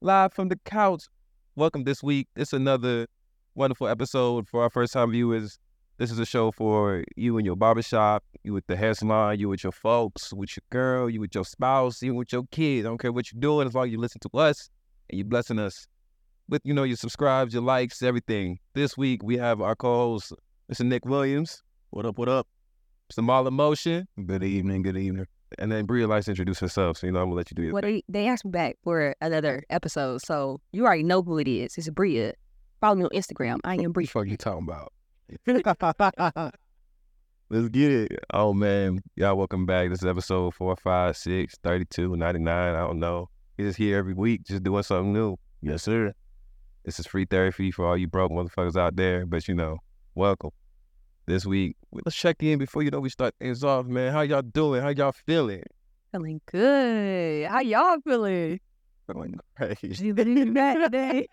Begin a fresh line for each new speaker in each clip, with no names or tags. live from the couch. Welcome this week. It's another wonderful episode for our first time viewers. This is a show for you in your barbershop, you with the hair salon, you with your folks, with your girl, you with your spouse, you with your kid. I don't care what you're doing as long as you listen to us and you're blessing us with, you know, your subscribes, your likes, everything. This week we have our co-host, Mr. Nick Williams,
What up? What up?
Mr. Marlon Motion,
Good evening. Good evening.
and then Bria likes to introduce herself. So, you know, I'm going to let you do your
Well, they, they asked me back for another episode, so you already know who it is. It's Bria. Follow me on Instagram. I am Bria.
fuck you talking about?
Let's get it.
Oh man, y'all welcome back. This is episode 456, 32, 99. I don't know. He's just here every week, just doing something new.
Yes, sir.
This is free therapy for all you broke motherfuckers out there. But you know, welcome. This week, we- let's check in before you know we start things off, man. How y'all doing? How y'all feeling?
Feeling good. How y'all feeling?
Feeling
Hey.
You been in that today?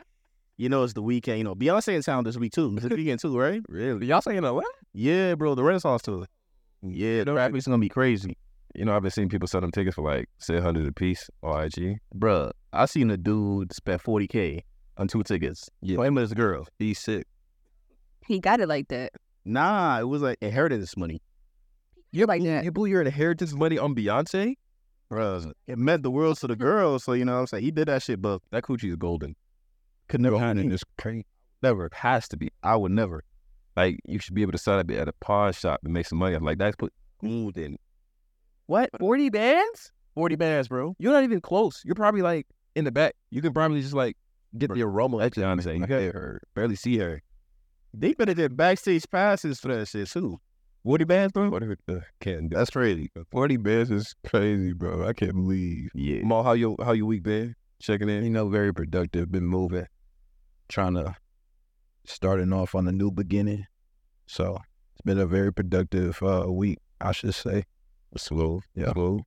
You know, it's the weekend. You know, Beyonce in town this week too. It's the weekend too, right?
Really? Y'all saying a lot?
Yeah, bro. The Renaissance tour. Yeah, the rap is gonna be crazy,
You know, I've been seeing people sell them tickets for like 700 a piece on IG.
Bruh, I seen a dude spend forty k on two tickets.
Yeah.
for him and his girl.
He's sick.
He got it like that.
Nah, it was like inheritance money,
You're like that.
You blew your inheritance money on Beyonce?
bruh. It meant the world to the girl, so you know what I'm saying. He did that shit, but
That coochie is golden.
could never.
Golden is crazy.
Never.
Has to be.
I would never.
Like you should be able to sell it at a pawn shop and make some money. I'm like, that's put golden.
What?
Forty bands?
Forty bands, bro.
You're not even close. You're probably like in the back. You can probably just like get the aroma. That's what I'm saying. You
Like,
got
yeah.
her. Barely see her.
They better get backstage passes for that shit too. Forty bands, bro.
Whatever. Uh, can't do.
That's crazy.
Forty bands is crazy, bro. I can't believe.
Yeah.
Mal, how your how your week been? Checking in.
You know, very productive, been moving, trying to starting off on a new beginning. So it's been a very productive uh, week, I should say.
Slow.
Yeah.
Slow.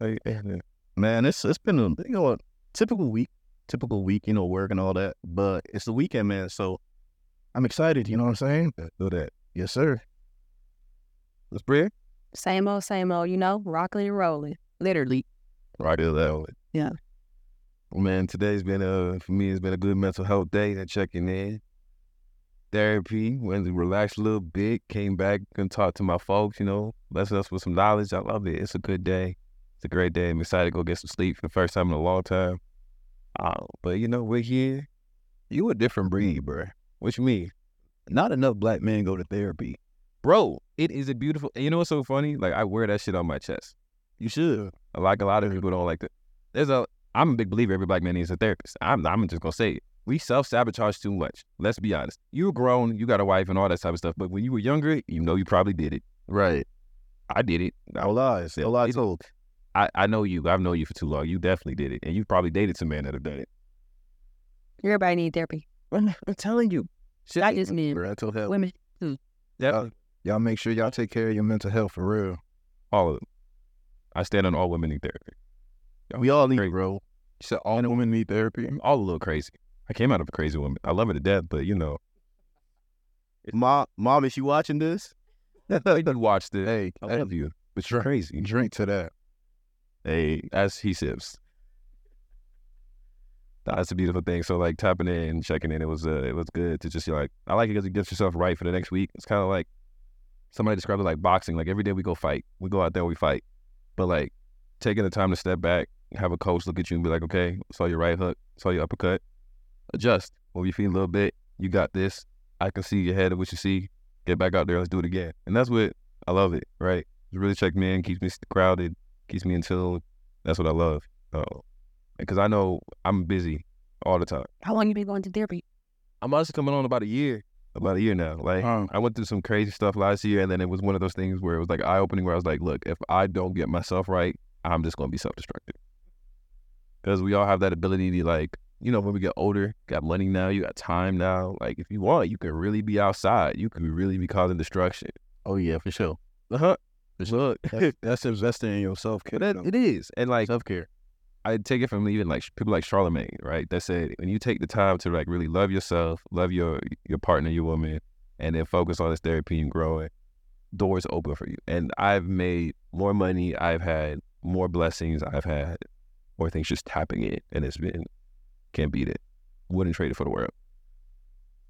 Hey, hey, man.
Man, it's it's been a you know a typical week, typical week, you know, work and all that. But it's the weekend, man. So
I'm excited, you know what I'm saying?
know that.
Yes, sir.
Let's pray.
Same old, same old, you know, rocking and rolling. Literally.
Right there, that one.
Yeah.
Man, today's been a for me. It's been a good mental health day. And checking in, therapy, went to relax a little bit. Came back and talked to my folks. You know, blessing us with some knowledge. I love it. It's a good day. It's a great day. I'm excited to go get some sleep for the first time in a long time. Uh, but you know, we're here.
You a different breed, bro.
What you mean,
Not enough black men go to therapy.
bro? It is a beautiful. and You know what's so funny? Like I wear that shit on my chest.
you should.
Like a lot of people don't like that. There's a I'm a big believer every black man needs a therapist. I'm I'm just gonna say it. We self sabotage too much. Let's be honest. You're grown, you got a wife and all that type of stuff. But when you were younger, you know you probably did it.
Right.
I did it. I,
No lies. No lies
It's-
told.
I, I know you. I've known you for too long. You definitely did it, and you probably dated some man that have done it.
Everybody need therapy.
I'm telling you. Shit,
Not just men,
Mental health.
women.
yep.
Uh, Y'all make sure y'all take care of your mental health for real.
all of them. I stand on all women in therapy.
We all need,
Great.
bro.
So all women need therapy.
I'm all a little crazy. I came out of a crazy woman. I love her to death, but you know,
Mom, mom, if you watching this,
I did watch this.
Hey,
I
hey,
love you, but you're crazy.
drink to that.
Hey, as he sips. That's a beautiful thing. So like tapping in, checking in, it was uh, it was good to just you know, like I like it because it gets yourself right for the next week. It's kind of like somebody described it like boxing. Like every day we go fight, we go out there and we fight, but like taking the time to step back, have a coach look at you and be like, okay, saw your right hook, saw your uppercut, adjust, move your feet a little bit. You got this. I can see your head of what you see. Get back out there. Let's do it again. And that's what I love it. Right? It really check me in, keeps me crowded, keeps me in tune. That's what I love. Uh, because I know I'm busy all the time.
How long you been going to therapy?
I'm honestly coming on about a year, about a year now. Like
Um,
I went through some crazy stuff last year, and then it was one of those things where it was like eye opening, where I was like, look, if I don't get myself right, I'm just gonna be self destructive. Because we all have that ability to like, you know, when we get older, got money now, you got time now. Like if you want, you can really be outside. You can really be causing destruction.
oh yeah, for sure.
Uh huh. Look,
that's, that's investing in yourself, kid.
that, it is, and like
Self care.
I take it from even like sh- people like Charlemagne, right? That said, when you take the time to like really love yourself, love your your partner, your woman, and then focus on this therapy and growing, doors open for you. And I've made more money. I've had more blessings. I've had more things just tapping in, and it's been Can't beat it. Wouldn't trade it for the world.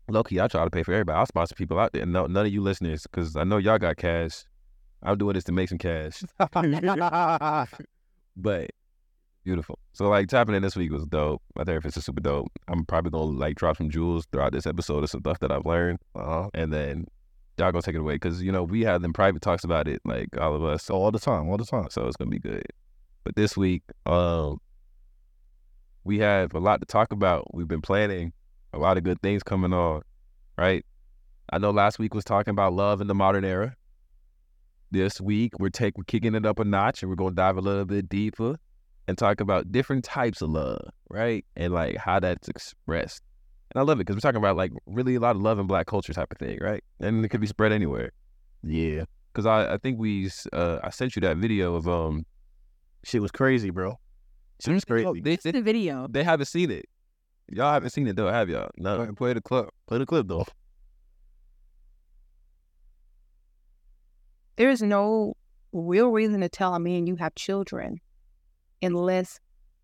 Low key, I try to pay for everybody. I sponsor people out there. No, none of you listeners, because I know y'all got cash. I'm doing this to make some cash. but beautiful. So like tapping in this week was dope. My therapist is super dope. I'm probably gonna like drop some jewels throughout this episode of some stuff that I've learned,
Uh-huh.
and then y'all gonna take it away because you know we had them private talks about it, like all of us.
All the time, all the time.
So it's gonna be good. But this week, um, we have a lot to talk about. We've been planning a lot of good things coming on, right? I know last week was talking about love in the modern era. This week we're take we're kicking it up a notch and we're gonna dive a little bit deeper and talk about different types of love, right? And like how that's expressed. And I love it because we're talking about like really a lot of love in black culture type of thing, right? And it could be spread anywhere
Yeah.
because I, I think we s- uh, I sent you that video of um
Shit was crazy, bro. Shit was crazy.
they,
It's
they,
the video.
they haven't seen it. Y'all haven't seen it though, have y'all? No.
Play the clip.
Play the clip though.
there is no real reason to tell a man you have children unless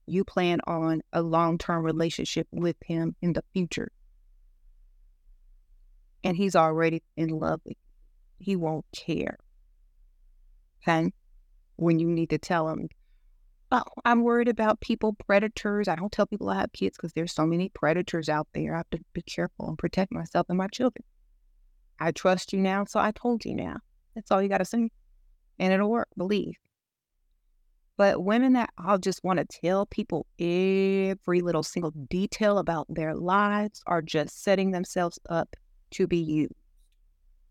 you plan on a long term relationship with him in the future. And he's already in love with you. He won't care. Okay? When you need to tell him, oh, I'm worried about people, predators. I don't tell people I have kids because there's so many predators out there. I have to be careful and protect myself and my children. I trust you now, so I told you now. That's all you got to say. And it'll work, believe. But women that all just want to tell people every little single detail about their lives are just setting themselves up to be used.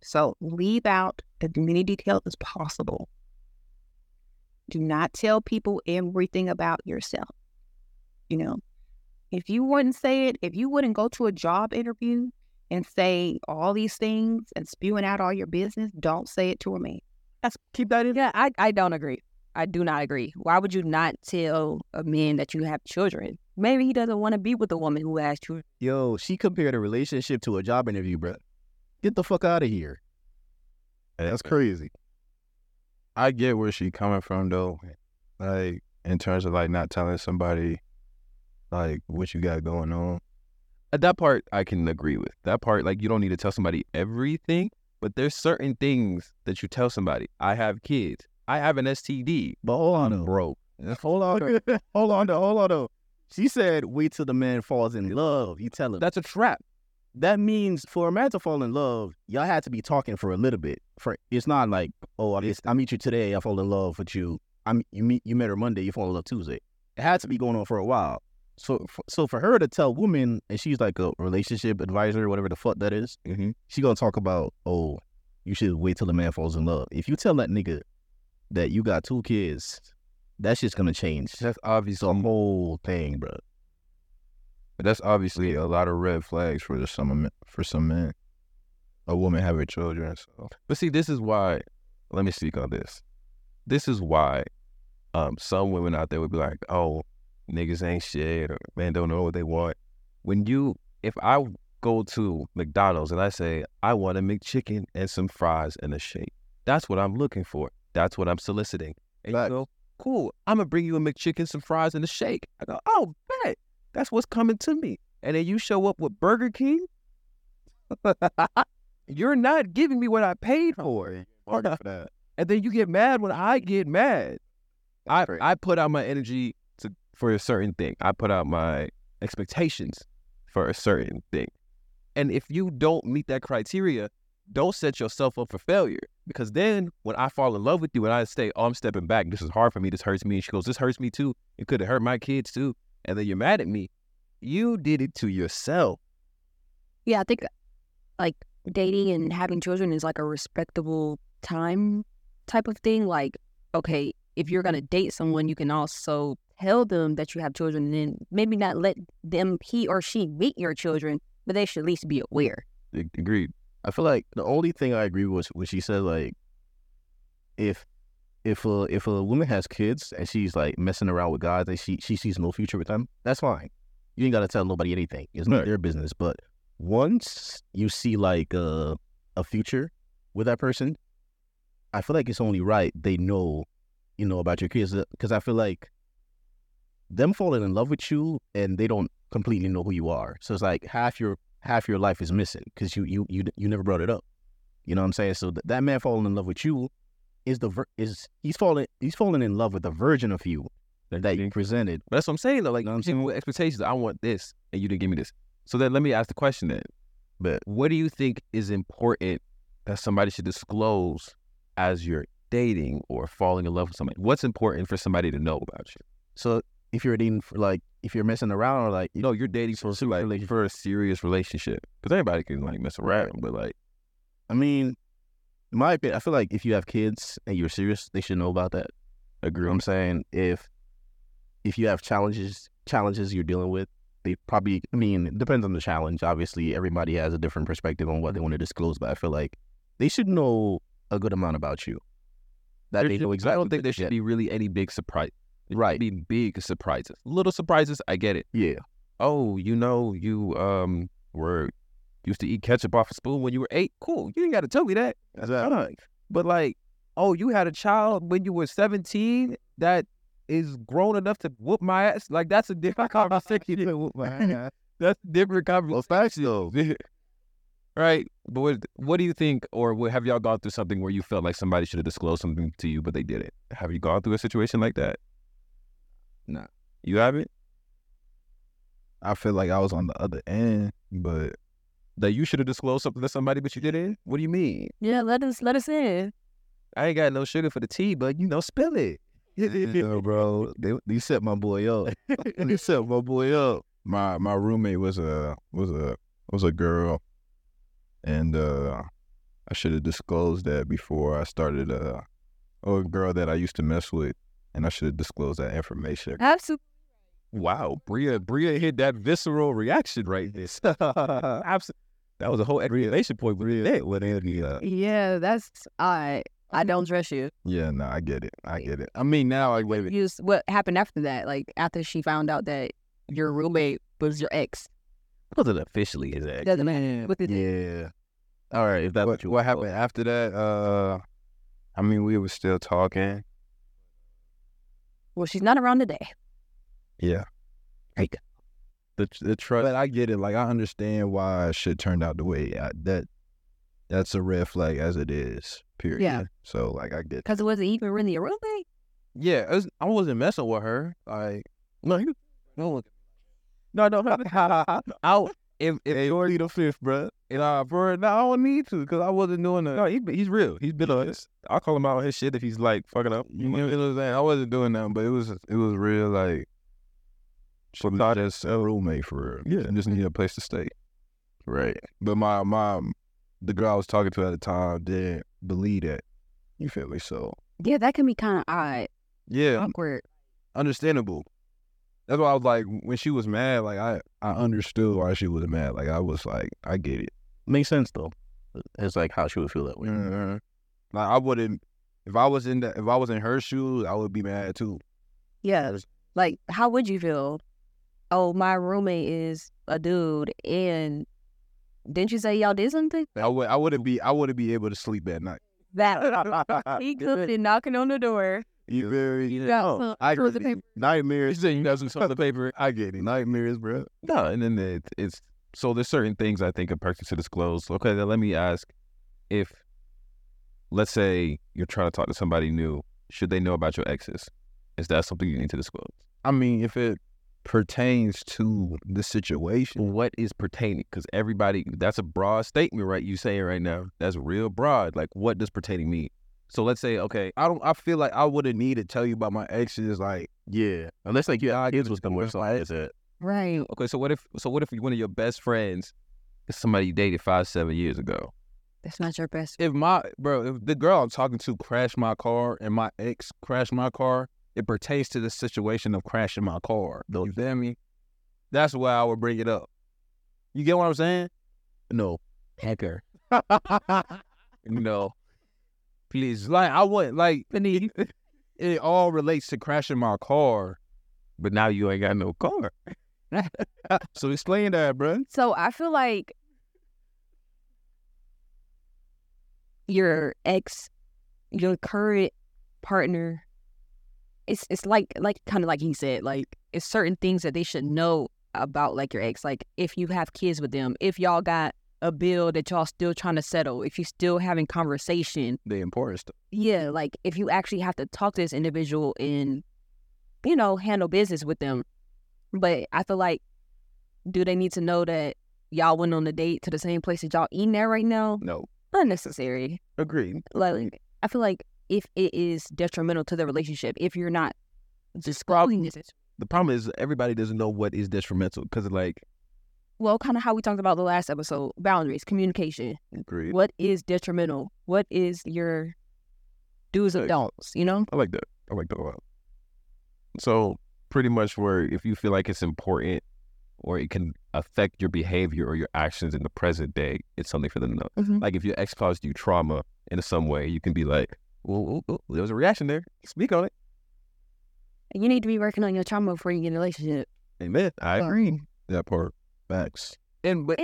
So leave out as many details as possible. Do not tell people everything about yourself. You know, if you wouldn't say it, if you wouldn't go to a job interview and say all these things and spewing out all your business, don't say it to a man.
That's keep that in. Yeah, I, I don't agree. I do not agree. Why would you not tell a man that you have children? Maybe he doesn't want to be with a woman who has children.
Yo, she compared a relationship to a job interview, bro. Get the fuck out of here. That's crazy.
I get where she coming from though, like in terms of like not telling somebody like what you got going on.
At Uh, that part, I can agree with that part. Like you don't need to tell somebody everything, but there's certain things that you tell somebody. I have kids. I have an STD.
But hold on though.
Bro,
Hold on. hold on though. Hold on though. She said, wait till the man falls in love. You tell him.
that's a trap.
that means for a man to fall in love, y'all had to be talking for a little bit. For it's not like, oh, I, I meet you today, I fall in love with you. I'm you meet you met her Monday, you fall in love Tuesday. It had to be going on for a while. So for, so for her to tell women, and she's like a relationship advisor, whatever the fuck that is,
Mm-hmm.
Mhm.
she gonna talk about, oh, you should wait till the man falls in love. If you tell that nigga that you got two kids, that's just gonna change the
That's obviously
whole thing, bro.
that's obviously a lot of red flags for the some men- for some men. A woman having children, so
But see, this is why. Let me speak on this. This is why um, some women out there would be like, "Oh, niggas ain't shit," or "Man, don't know what they want." When you, if I go to McDonald's and I say I want a McChicken and some fries and a shake, that's what I'm looking for. That's what I'm soliciting. And
Facts.
you go, "Cool, I'm gonna bring you a McChicken, some fries, and a shake." I go, "Oh, bet that's what's coming to me." And then you show up with Burger King. You're not giving me what I paid for. Or not. And then you get mad when I get mad. I
crazy.
I put out my energy to for a certain thing. I put out my expectations for a certain thing. And if you don't meet that criteria, don't set yourself up for failure. Because then when I fall in love with you and I say, Oh, I'm stepping back, this is hard for me, this hurts me, and she goes, This hurts me too. It could have hurt my kids too. And then you're mad at me. You did it to yourself.
Yeah, I think uh, like dating and having children is like a respectable time type of thing. Like, okay, if you're gonna date someone, you can also tell them that you have children, and then maybe not let them he or she meet your children, but they should at least be aware.
Agreed.
I feel like the only thing I agree with when she said like, if if a if a woman has kids and she's like messing around with guys and she she sees no future with them, that's fine. You ain't gotta tell nobody anything. It's not their business. But once you see like a a future with that person, I feel like it's only right they know, you know, about your kids because I feel like them falling in love with you and they don't completely know who you are. So it's like half your half your life is missing because you you you you never brought it up. You know what I'm saying? So th- that man falling in love with you is the ver- is he's falling he's falling in love with the version of you that you presented.
But that's what I'm saying though. Like
Know what
I'm
I'm
saying with expectations, I want this, and you didn't give me this. So then let me ask the question then.
But
What do you think is important that somebody should disclose as you're dating or falling in love with somebody? What's important for somebody to know about you?
so if you're dating for like if you're messing around or like you know
No, you're dating for
So,
like
relationship.
for a serious relationship because anybody can like mess around, but like
I mean, in my opinion, I feel like if you have kids and you're serious, they should know about that. Agree. I'm saying if if you have challenges challenges you're dealing with, they probably. I mean, it depends on the challenge. Obviously, everybody has a different perspective on what they want to disclose, but I feel like they should know a good amount about you. That
there
they
should-
know exactly.
I don't think there should
yeah,
be really any big surprise. There shouldn't
Right.
be big surprises. Little surprises, I get it.
Yeah.
Oh, you know, you um were used to eat ketchup off a spoon when you were eight. Cool, you ain't got to tell me that.
That's
Done. But like, oh, you had a child when you were 17 that is grown enough to whoop my ass. Like that's a different conversation. that's a different conversation.
facts though.
Right. But what, what do you think or what, have y'all gone through something where you felt like somebody should have disclosed something to you but they didn't? Have you gone through a situation like that?
Nah.
You haven't?
I feel like I was on the other end, but
That you should have disclosed something to somebody but you didn't? What do you mean?
Yeah, let us let us in.
I ain't got no sugar for the tea, but you know, spill it.
yeah, bro. They, they set my boy up. they set my boy up.
my my roommate was a was a was a girl, and uh, I should have disclosed that before I started. Uh, or a girl that I used to mess with, and I should have disclosed that information.
Absolutely.
Wow, Bria, Bria hit that visceral reaction right there. Abs- that was a whole exclamation point with that. With
Uh,
that.
Yeah, that's I. I don't dress you.
Yeah, no, I get it. I get it.
I mean, now I wait.
You just- what happened after that? Like after she found out that your roommate was your ex.
wasn't officially his ex.
Doesn't matter. With the
Yeah. All right. If that's
What, what happened after that? Uh, I mean, we were still talking.
Well, she's not around today.
Yeah.
Like-
the the trust. But I get it. Like I understand why shit turned out the way I, that. That's a red flag as it is. Period.
Yeah.
So like I get.
Because it wasn't even really a roommate.
Yeah, I, was, I wasn't messing with her. Like, no, you, no, no, no, no. I, if if you're the fifth, bro, and I, bro, no, I don't need to because I wasn't doing that. No, he, he's real. He's been honest. I'll call him out on his shit if he's like fucking up.
You know, you know what I'm saying? I wasn't doing nothing, but it was it was real like. She was just a roommate for her. Yeah, just need a place to stay.
Right.
But my my the girl I was talking to at the time didn't believe that. You feel me? So
Yeah, that can be kind of odd,
yeah,
awkward.
understandable. That's why I was like, when she was mad, like I I understood why she was mad. Like I was like, I get it.
Makes sense though. It's like how she would feel that way.
Like I wouldn't. If I was in the, if I was in her shoes, I would be mad too.
Yeah. Like, how would you feel? Oh, my roommate is a dude, and didn't you say y'all did something?
I would I wouldn't be I wouldn't be able to sleep at night.
That he could be knocking on the door.
You feel me?
Got some-
I
throw
get
the
it.
paper.
Nightmares.
He's saying you got some stuff on the paper.
I get it. Nightmares, bro.
No, and then it, it's so there's certain things I think a person should disclose. Okay, then let me ask if, let's say you're trying to talk to somebody new, should they know about your exes? Is that something you need to disclose?
I mean, if it pertains to the situation,
What is pertaining? Because everybody, that's a broad statement, right? You saying right now, that's real broad. Like, what does pertaining mean? So let's say, okay,
I don't. I feel like I wouldn't need to tell you about my exes. Like,
Yeah. Unless like your kids was somewhere. So I said,
Right.
okay, so what if, so what if one of your best friends is somebody you dated five, seven years ago?
That's not your best.
if my bro, if the girl I'm talking to crashed my car and my ex crashed my car, it pertains to the situation of crashing my car. You feel me? That's why I would bring it up. You get what I'm saying?
no, hacker.
No. Please, like I would like it, it all relates to crashing my car.
But now you ain't got no car.
So explain that, bro.
So I feel like your ex, your current partner, it's it's like like kind of like he said, like it's certain things that they should know about like your ex, like if you have kids with them, if y'all got a bill that y'all still trying to settle, if you still having conversation,
The important stuff.
yeah, like if you actually have to talk to this individual and you know handle business with them. But I feel like, do they need to know that y'all went on a date to the same place that y'all eating at right now?
No.
Unnecessary
Agreed.
like I feel like if it is detrimental to the relationship, if you're not describing this,
The problem is everybody doesn't know what is detrimental because like
well, kind of how we talked about the last episode, boundaries, communication.
Agreed.
What is detrimental? What is your do's and
Right.
don'ts? You know,
I like that. I like that a lot. So pretty much where if you feel like it's important or it can affect your behavior or your actions in the present day, it's something for them to know.
Mhm.
Like if your ex caused you trauma in some way, you can be like, well, there was a reaction there. Speak on it.
you need to be working on your trauma before you get in a relationship.
Amen. I
Sorry.
agree.
That part. Facts.
And but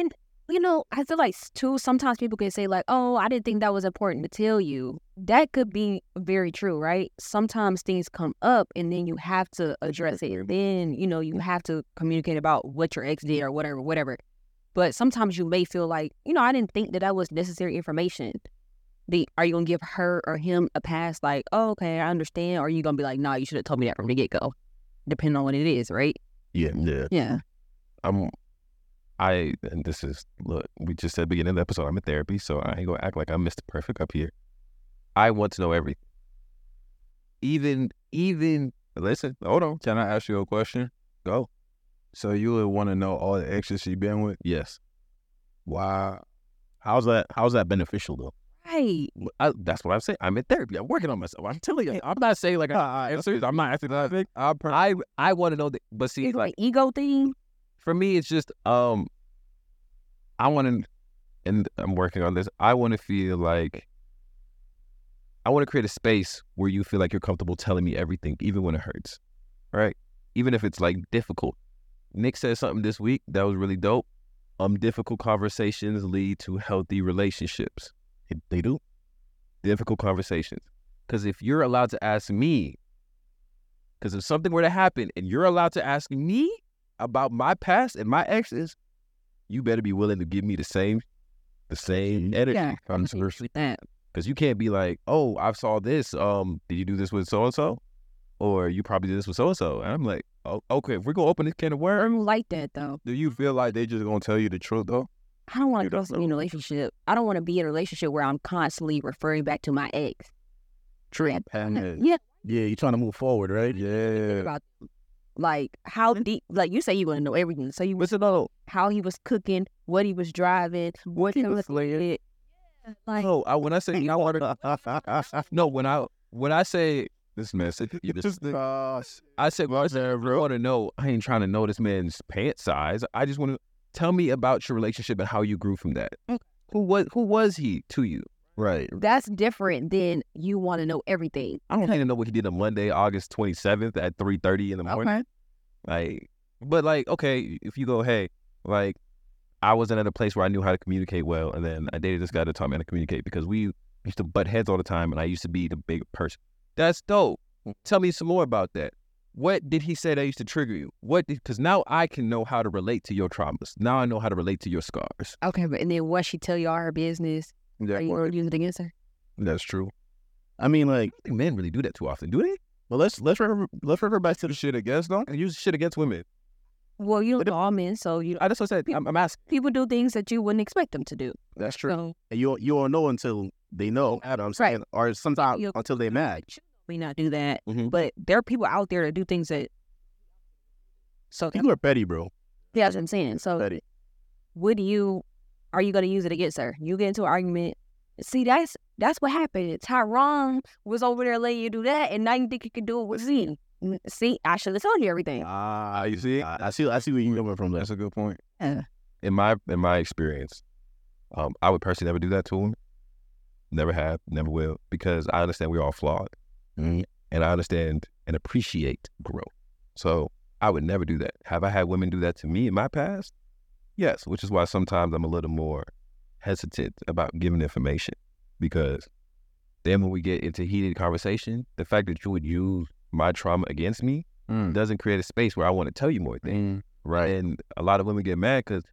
You know, I feel like too. Sometimes people can say like, "Oh, I didn't think that was important to tell you." That could be very true, right? Sometimes things come up, and then you have to address it. Then you know you have to communicate about what your ex did or whatever, whatever. But sometimes you may feel like, you know, I didn't think that that was necessary information. The are you gonna give her or him a pass? Like, oh, okay, I understand. Or are you gonna be like, nah, you should have told me that from the get go. Depending on what it is, right?
Yeah. Yeah.
Yeah.
I'm I and this is look, we just said beginning of the episode, I'm in therapy, so I ain't gonna act like I'm Mr. Perfect up here. I want to know everything. Even even listen, hold on.
Can I ask you a question?
Go.
So you would want to know all the exes she been with?
Yes.
Wow.
How's that? How's that beneficial though?
Right.
I, that's what I'm saying. I'm in therapy. I'm working on myself. I'm telling you. I'm not saying like ah, I'm serious. I'm not acting that thing. I I, I want to know that but see
It's like
like
an ego thing.
for me it's just um I want to and I'm working on this. I want to feel like I want to create a space where you feel like you're comfortable telling me everything even when it hurts. All right? Even if it's like difficult. Nick said something this week that was really dope. Um difficult conversations lead to healthy relationships.
It, they do.
Difficult conversations. Cuz if you're allowed to ask me cuz if something were to happen and you're allowed to ask me about my past and my exes, you better be willing to give me the same the same energy.
Yeah.
I'm
I agree
serious.
with that.
Because you can't be like, oh, I saw this. Um, did you do this with so and so? Or you probably did this with so and so. And I'm like, oh, okay, if we're gonna open this can of
I
worms,
don't like that though.
Do you feel like they just gonna tell you the truth though?
I don't want
You
to
don't
be in a relationship. I don't want to be in a relationship where I'm constantly referring back to my ex.
True.
Panic.
Yeah,
Yeah. You're trying to move forward, right?
Yeah.
about like how deep. Like you say, you want to know everything. So you
what's it all?
how he was cooking, what he was driving, what he was did. Yeah, Like
No, I, when I say I want to, no, when I when I say this message, you just,
Oh,
I said, well, I want to know. I ain't trying to know this man's pant size. I just want to tell me about your relationship and how you grew from that.
Okay.
Who was who was he to you?
Right.
that's different than you want to know everything.
I don't even know what he did on Monday, August 27th at 3:30 in the morning. Like, but like, okay, if you go, hey, like, I wasn't at a place where I knew how to communicate well, and then I dated this guy that taught me how to communicate because we used to butt heads all the time, and I used to be the big person. That's dope. Tell me some more about that. What did he say that used to trigger you? What? Because now I can know how to relate to your traumas. Now I know how to relate to your scars.
Okay, but and then what she tell y'all her business? Are you gonna use it against her?
That's true.
I mean, like,
I think men really do that too often, do they?
but let's let's refer, let's refer back to the shit against them.
I use shit against women.
Well, you don't know all men, so you
I, that's what I said. I'm, I'm asking.
people do things that you wouldn't expect them to do.
That's
So
And you don't- you don't know until they know. You know what I'm
Right.
saying, or sometimes
You'll-
until
Mm.
they mad.
we not do that.
Mhm.
But there are people out there that do things that. So
People are petty, bro.
yeah, that's what I'm saying. So
Petty.
would you? Are you gonna use it against her? You get into an argument. See, that's that's what happened. Tyrone was over there letting you do that, and now you think you can do it with Z. N- See, I should have told you everything.
Ah, you see?
I, I see. I see where you're coming from. There.
That's a good point.
in my in my experience, um, I would personally never do that to him. Never have, never will, because I understand we're all flawed,
Mhm.
and I understand and appreciate growth. So I would never do that. Have I had women do that to me in my past? Yes, which is why sometimes I'm a little more hesitant about giving information because then when we get into heated conversation, the fact that you would use my trauma against me
Mm.
doesn't create a space where I want to tell you more things.
Right.
And a lot of women get mad because,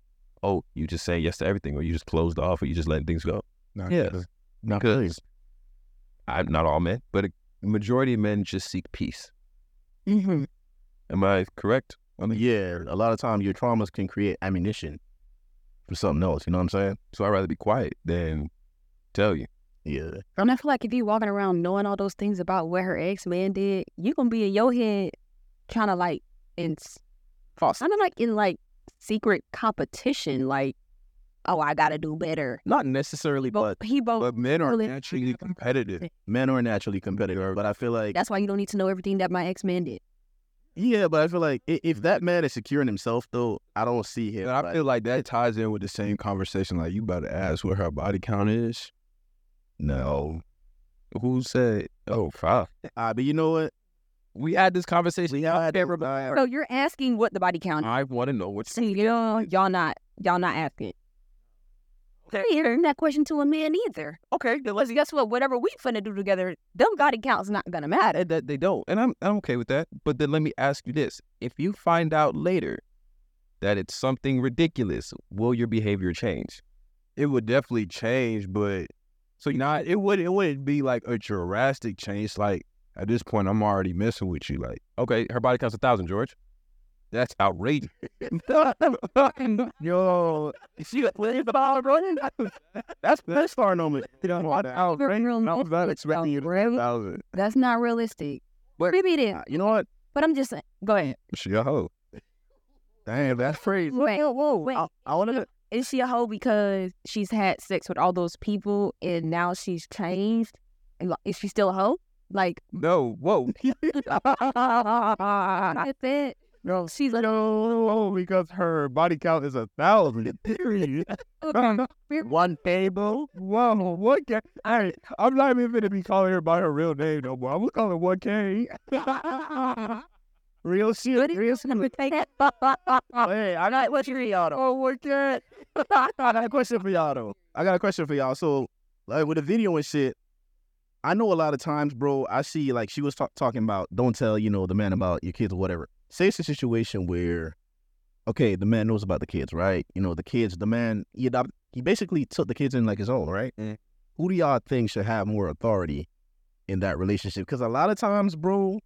oh, you just saying yes to everything, or you just closed off, or you just letting things go.
Not
Yeah.
good.
Not
Because-
good.
I'm not all men, but a majority of men just seek peace.
Mm-hmm.
Am I correct? I mean,
Yeah. A lot of time your traumas can create ammunition for something else. You know what I'm saying?
So I'd rather be quiet than tell you.
Yeah.
And I feel like if you walking around knowing all those things about what her ex man did, you gonna be in your head trying to like in
False.
kind of like in like secret competition, like, oh, I gotta do better.
Not necessarily,
But
but
he both.
But men are
Really?
naturally competitive.
men are naturally competitive. But I feel like
That's why you don't need to know everything that my ex man did.
Yeah, but I feel like i- if that man is securing himself, though, I don't see him.
And I
like-
feel like that ties in with the same conversation. Like you about to ask what her body count is.
no.
Who said? Oh, fuck.
Uh, but you know what?
We had this conversation.
We had
can't remember.
I,
So you're asking what the body count.
I want to know what's.
So y'all, y'all not, y'all not asking. They're hearing that question to a man either. Okay, because guess what? Whatever we finna do together, them body counts not gonna matter.
And eh, that they don't, and I'm I'm okay with that. But then let me ask you this: If you find out later that it's something ridiculous, will your behavior change?
It would definitely change, but so not. It would. It wouldn't be like a drastic change. Like at this point, I'm already messing with you. Like
Okay, her body counts a thousand, George. That's outrageous.
yo, she got the ball running. That's that's far no I
Real
was not
niggas
expecting
don't
you to
really-
thousand.
That's not realistic. Maybe it is,
you know what?
but I'm just saying. Go ahead.
She a hoe. Damn, that's crazy.
Wait, whoa, wait.
I, I want to.
Is she a hoe because she's had sex with all those people and now she's changed? And like, is she still a hoe? Like
No, whoa.
I said,
No,
she's like,
no, oh, because her body count is a thousand. Period.
One table.
Whoa, what K? I, I'm not even gonna be calling her by her real name no more. I'm gonna call her one K. real shit. Real shit.
Oh,
Hey, I got a question for y'all. though. Oh, one K. I got a question for y'all though.
I got a question for y'all. So, like with the video and shit, I know a lot of times, bro. I see like she was ta- talking about don't tell you know the man about your kids or whatever. Say it's a situation where, okay, the man knows about the kids, right? You know the kids. The man he adopt, he basically took the kids in like his own, right?
Mm.
Who do y'all think should have more authority in that relationship? Because a lot of times, bro,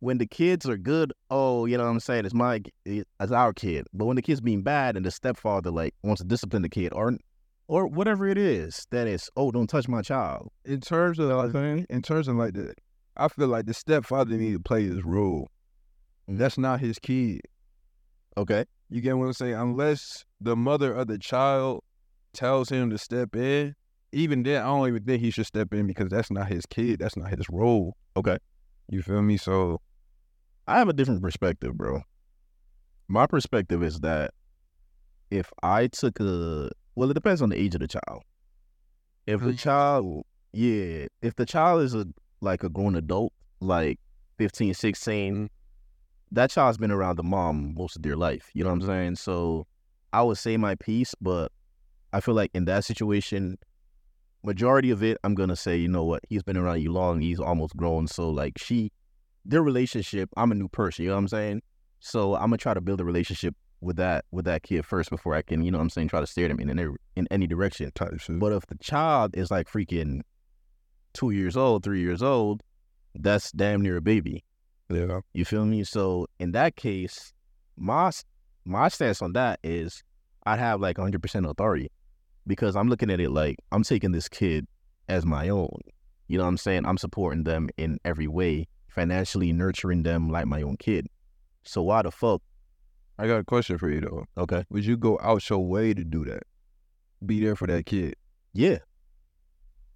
when the kids are good, oh, you know what I'm saying, it's my, it's our kid. But when the kids being bad and the stepfather like wants to discipline the kid or or whatever it is that is, oh, don't touch my child. Mm-hmm.
In terms of like, in terms of like the, I feel like the stepfather need to play his role. That's not his kid.
Okay.
You get what I'm saying? Unless the mother of the child tells him to step in, even then, I don't even think he should step in because that's not his kid. That's not his role.
Okay.
You feel me? So
I have a different perspective, bro. My perspective is that if I took a, well, it depends on the age of the child. If the child, yeah, if the child is a like a grown adult, like 15, 16, that child's been around the mom most of their life. You know what I'm saying? So I would say my piece, but I feel like in that situation, majority of it, I'm gonna say, you know what, he's been around you long, he's almost grown. So like she their relationship, I'm a new person, you know what I'm saying? So I'm gonna try to build a relationship with that with that kid first before I can, you know what I'm saying, try to steer them in any in any direction.
type shit.
But if the child is like freaking two years old, three years old, that's damn near a baby.
yeah,
You feel me? So in that case, my my stance on that is I'd have like 100% authority because I'm looking at it like I'm taking this kid as my own. You know what I'm saying? I'm supporting them in every way, financially nurturing them like my own kid. So why the fuck?
I got a question for you though.
Okay.
Would you go out your way to do that? Be there for that kid.
Yeah.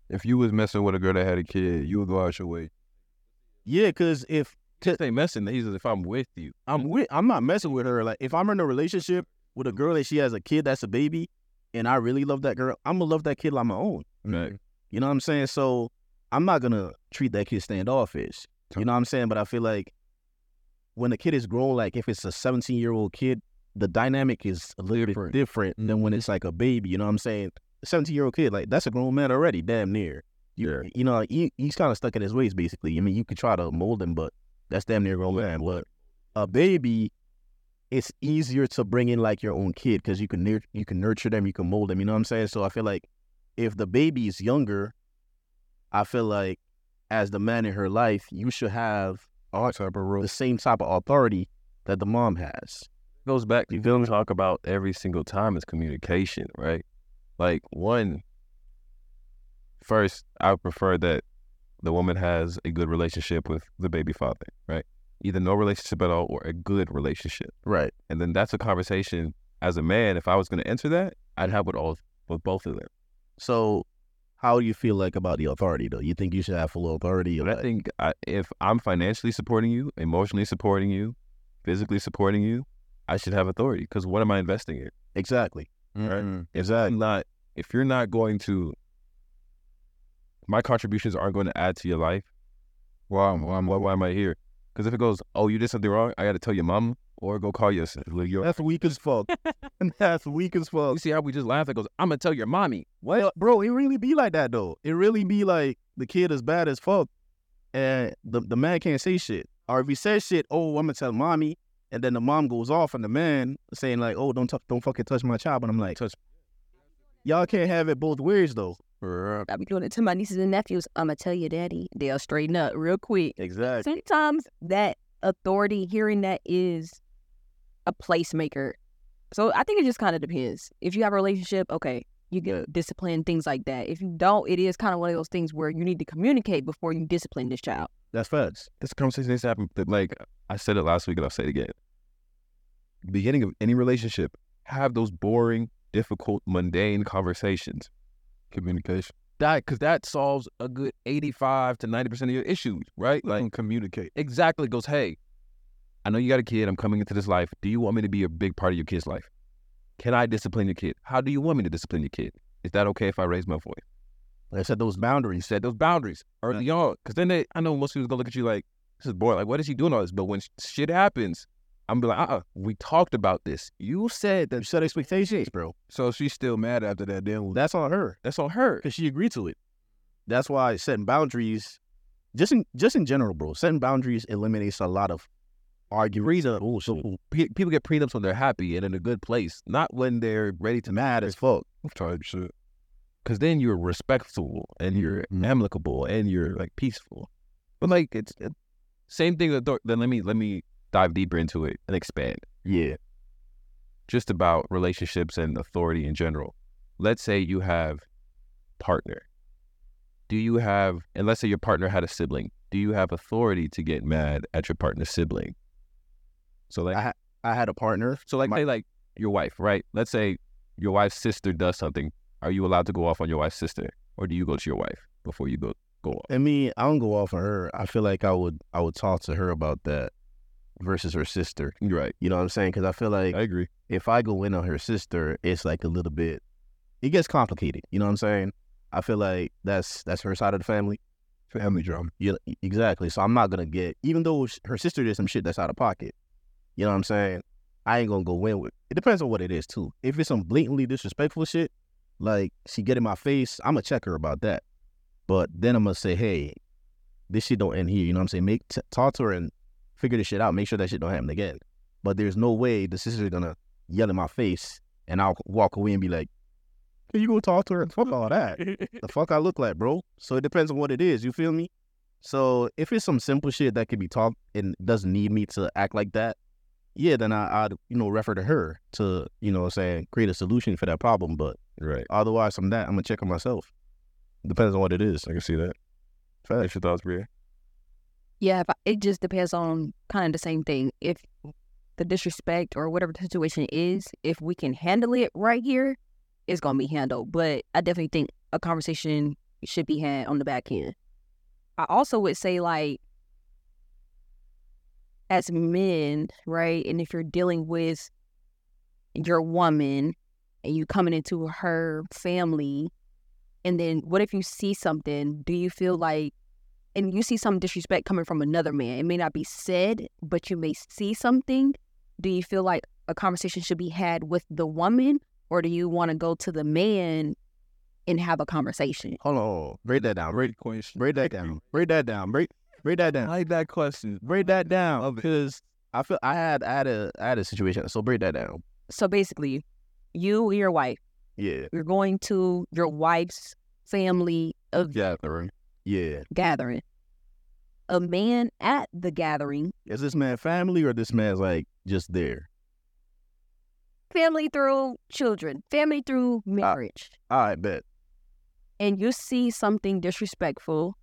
If you was messing with a girl that had a kid, you would go out your way.
Yeah, cuz if
Just ain't messing. He's if I'm with you.
I'm with, I'm not messing with her. Like if I'm in a relationship with a girl and she has a kid that's a baby and I really love that girl, I'm going to love that kid like my own.
Mm-hmm.
Right.
You know what I'm saying? So I'm not gonna treat that kid standoffish. You know what I'm saying? But I feel like when the kid is grown, like if it's a 17 year old kid, the dynamic is a little
Different.
different, different than when it's like a baby. You know what I'm saying? 17 year old kid, like that's a grown man already, damn near. You,
Yeah.
you know, he, he's kind of stuck in his ways basically. I mean, you could try to mold him, but that's damn near grown man. But a baby, it's easier to bring in like your own kid because you can nur- you can nurture them, you can mold them. You know what I'm saying? So I feel like if the baby is younger, I feel like as the man in her life, you should have
All type of
the
rules.
same type of authority that the mom has.
goes back to film talk about every single time is communication, right? Like one first, I would prefer that the woman has a good relationship with the baby father, right? Either no relationship at all or a good relationship.
Right.
And then that's a conversation as a man, if I was gonna enter that, I'd have with all with both of them.
So how do you feel like about the authority though? You think you should have full authority?
But I think I, if I'm financially supporting you, emotionally supporting you, physically supporting you, I should have authority because what am I investing in?
exactly.
Right.
If that not if you're not going to my contributions aren't going to add to your life,
Why? am- Why? am-
why, why am I here? Because if it goes, oh, you did something wrong, I got to tell your mom or go call your like your.
That's weak as fuck. That's weak as fuck.
You see how we just laugh? It goes, I'm gonna tell your mommy.
Well, uh, bro, it really be like that though. It really be like the kid is bad as fuck, and the the man can't say shit. Or if he says shit, oh, I'm gonna tell mommy, and then the mom goes off on the man saying like, oh, don't touch, don't fucking touch my child. And I'm like,
Touch-
y'all can't have it both ways though.
Right.
I be doing it to my nieces and nephews. I'ma tell your daddy. They'll straighten up real quick.
Exactly.
Sometimes that authority, hearing that is a placemaker. So I think it just kind of depends. If you have a relationship, okay, you get disciplined, things like that. If you don't, it is kind of one of those things where you need to communicate before you discipline this child.
That's facts.
This conversation needs to happen. But, Like I said it last week, and I'll say it again. Beginning of any relationship, have those boring, difficult, mundane conversations.
Communication.
That because that solves a good eighty-five to ninety percent of your issues, right? Like
Like communicate.
exactly goes, hey, I know you got a kid. I'm coming into this life. Do you want me to be a big part of your kid's life? Can I discipline your kid? How do you want me to discipline your kid? Is that okay if I raise my voice?
Like I said, those
You
boundaries.
set those boundaries early on, because then they, I know most people gonna look at you like this is boring. Like, what is he doing all this? But when sh- shit happens, I'm be like, uh, uh we talked about this. You said
You
that,
set expectations, bro.
So if she's still mad after that. Then
That's on her.
that's on her.
because she agreed to it. That's why setting boundaries, just in just in general, bro, setting boundaries eliminates a lot of arguments. Oh, so
Pe- people get prenups when they're happy and in a good place, not when they're ready to
mad as fuck.
type shit.
because then you're respectful and you're
Mhm.
amicable and you're like peaceful. But like it's it, same thing. With, author- then let me let me dive deeper into it and expand
Yeah,
just about relationships and authority in general. Let's say you have partner. Do you have and let's say your partner had a sibling. Do you have authority to get mad at your partner's sibling? So like
I ha- I had a partner.
so like
My-
say like your wife, right? Let's say your wife's sister does something. Are you allowed to go off on your wife's sister, or do you go to your wife before you go go off?
I mean, I don't go off on her. I feel like I would I would talk to her about that versus her sister.
You're right.
You know what I'm saying? Because I feel like
I agree.
if I go in on her sister, it's like a little bit, it gets complicated. You know what I'm saying? I feel like that's that's her side of the family.
Family drama.
Yeah, e- exactly. So I'm not gonna get, even though sh- her sister did some shit that's out of pocket. You know what I'm saying? I ain't gonna go in with. It depends on what it is too. If it's some blatantly disrespectful shit, like she get in my face, I'ma check her about that. But then I'm gonna say, hey, this shit don't end here. You know what I'm saying? Make t- talk to her and figure this shit out. Make sure that shit don't happen again. But there's no way the sister's gonna yell in my face and I'll walk away and be like, can you go talk to her? Fuck all that. the fuck I look like, bro. So it depends on what it is. You feel me? So if it's some simple shit that can be talked and doesn't need me to act like that, yeah, then I, I'd you know refer to her to you know what I'm saying create a solution for that problem. But
Right.
otherwise, from that, I'm gonna check on myself. Depends on what it is.
I can see that. What's your thoughts, Bria?
Yeah, if I, it just depends on kind of the same thing. If the disrespect or whatever the situation is, if we can handle it right here, it's gonna be handled. But I definitely think a conversation should be had on the back end. I also would say like as men, right? And if you're dealing with your woman and you coming into her family, and then what if you see something? Do you feel like and you see some disrespect coming from another man. It may not be said, but you may see something. Do you feel like a conversation should be had with the woman, or do you want to go to the man and have a conversation?
Hold on, hold on. break that down.
Great
Break,
question.
break that down. Break that down. Break break that
I
down.
like that question.
Break that down.
Love it.
Because I feel I had I had a I had a situation. So break that down.
So basically, you and your wife,
Yeah,
you're going to your wife's family of
gathering.
yeah.
gathering. A man at the gathering,
Is this man family or this man's like just there?
family through children, family through marriage,
All right, bet.
and you see something disrespectful,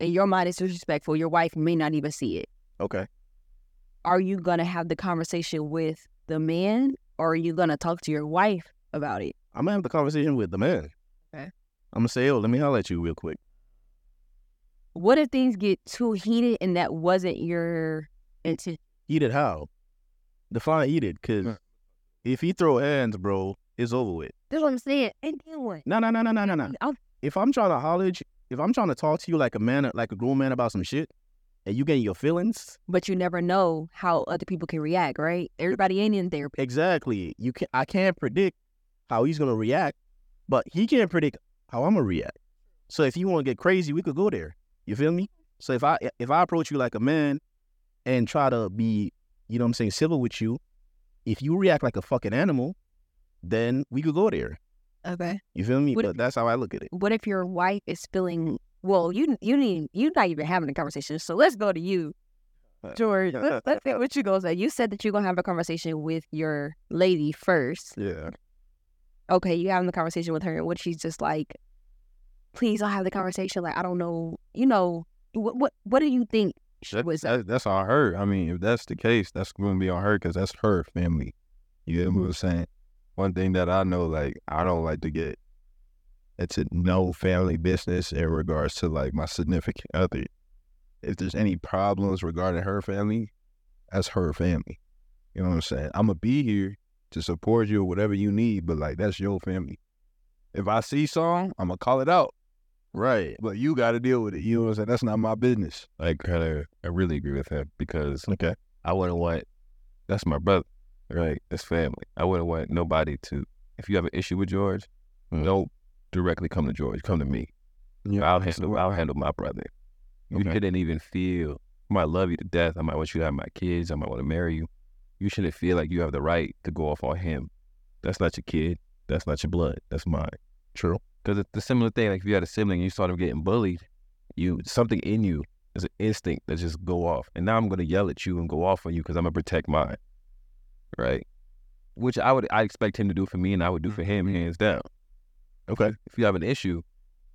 and your mind is disrespectful, your wife may not even see it.
Okay.
Are you going to have the conversation with the man, or are you going to talk to your wife about it?
I'm gonna have the conversation with the man.
Okay.
I'm gonna say, oh, let me holler at you real quick.
What if things get too heated and that wasn't your intent?
Eat it how? Define eat it, cause
Right.
if he throw hands, bro, it's over with.
That's what I'm saying. And then what?
No, no, no, no, no, no, no.
I'll-
If I'm trying to holler, at you, if I'm trying to talk to you like a man, like a grown man about some shit, and you getting your feelings,
But you never know how other people can react, right? Everybody ain't in therapy.
exactly. You can I can't predict how he's gonna react, but he can't predict how I'm gonna react. So if you want to get crazy, we could go there. You feel me? So if I if I approach you like a man and try to be, you know, what I'm saying civil with you, if you react like a fucking animal, then we could go there.
Okay.
You feel me?
Would it
but that's how I look at it.
What if your wife is feeling? Well, you you need you're not even having a conversation. So let's go to you, George. Let's, let's get what you gonna say. You said that you're gonna have a conversation with your lady first.
Yeah.
Okay, you having the conversation with her, and what she's just like, please, I'll have the conversation. Like I don't know, you know, what what what do you think? She
That,
was
that, that's on her. I mean, if that's the case, that's going to be on her because that's her family. You get what I'm saying? One thing that I know, like, I don't like to get into no family business in regards to, like, my significant other. If there's any problems regarding her family, that's her family. You know what I'm saying? I'm going to be here to support you or whatever you need, but, like, that's your family. If I see something, I'm going to call it out
Right.
but you got to deal with it. You know what I'm saying? That's not my business.
I kind of I really agree with him because
Okay.
I wouldn't want that's my brother, right? That's family. I wouldn't want nobody to if you have an issue with George, don't directly come to George. Come to me.
Yeah.
I'll handle I'll handle my brother. You
Okay.
shouldn't even feel I might love you to death. I might want you to have my kids. I might want to marry you. You shouldn't feel like you have the right to go off on him. That's not your kid. That's not your blood. That's mine.
True.
Because it's the similar thing. Like if you had a sibling and you saw them getting bullied, you something in you is an instinct that just go off. And now I'm gonna yell at you and go off on you because I'm gonna protect mine, right? Which I would I expect him to do for me, and I would do for him hands down.
Okay.
If you have an issue,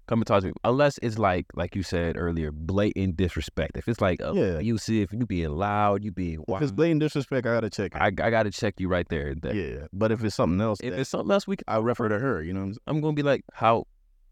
come and talk to me. Unless it's like like you said earlier, blatant disrespect. If it's like
Yeah.
abusive, you being loud, you being
If it's
wild,
blatant disrespect, I gotta check. it.
I I gotta check you right there. That-
yeah. But if it's something else,
If
that-
it's something else we can
I refer to her. You know what I'm saying?
I'm gonna be like, how,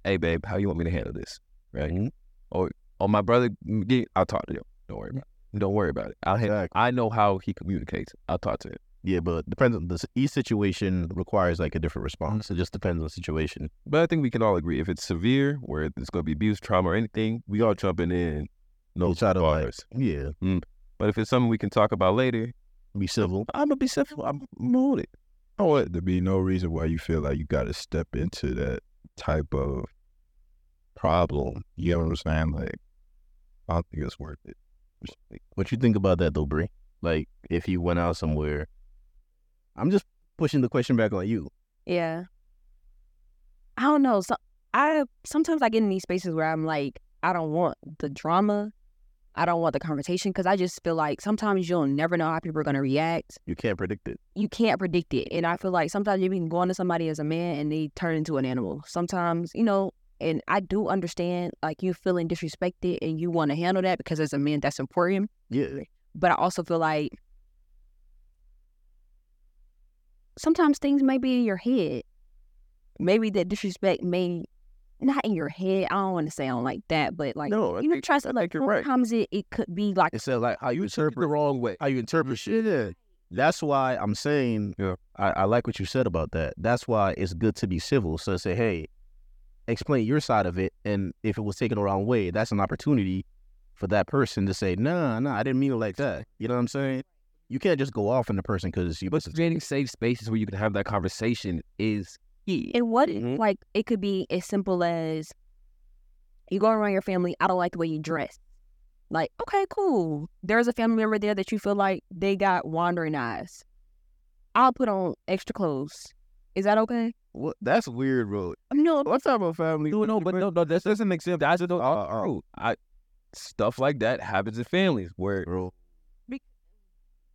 hey babe, how you want me to handle this, right?
Mm-hmm.
Mhm.
Or, or my brother, mm, get- I'll talk to him. Don't worry about it. Don't worry about it. I'll handle.
Exactly.
I know how he communicates. I'll talk to him.
Yeah, but depends on the each situation requires like a different response. It just depends on the situation.
But I think we can all agree if it's severe, where it's gonna be abuse, trauma, or anything, we all jumping in. No
You try to, like-
bars.
Yeah,
But if it's something we can talk about later,
be civil.
I'm gonna be simple. I'm molded.
I want there be no reason why you feel like you got to step into that type of problem. You know what I'm saying? Like, I don't think it's worth it.
What you think about that though, Bree? Like if he went out somewhere, I'm just pushing the question back on you.
Yeah. I don't know. So I sometimes I get in these spaces where I'm like, I don't want the drama. I don't want the confrontation because I just feel like sometimes you'll never know how people are gonna react.
You can't predict it.
You can't predict it, and I feel like sometimes you can go into somebody as a man and they turn into an animal. Sometimes you know, and I do understand like you feeling disrespected and you want to handle that because as a man that's important
Yeah,
but I also feel like sometimes things may be in your head. Maybe that disrespect may not in your head. I don't want to sound like that, but like
No, I
you know,
think-
trying
I
to like
think you're right.
sometimes it, it could be like
it's uh, like how you interpret
the wrong way.
how you interpret shit. Yeah. That's why I'm saying
Yeah.
I, I like what you said about that. That's why it's good to be civil. So say, hey, explain your side of it. And if it was taken the wrong way, that's an opportunity for that person to say, nah, nah, I didn't mean it like that. You know what I'm saying? You can't just go off on the person because you.
But creating safe spaces where you can have that conversation is key.
and what if,
Mm-hmm.
Mhm.
like it could be as simple as you go around your family. I don't like the way you dress. Like, okay, cool. There's a family member there that you feel like they got wandering eyes. I'll put on extra clothes. Is that okay?
Well, that's weird, bro.
No,
I'm talking about family.
No, no, but no, no, that's doesn't make sense. That's just
Uh, uh,
true. I stuff like that happens in families where
bro.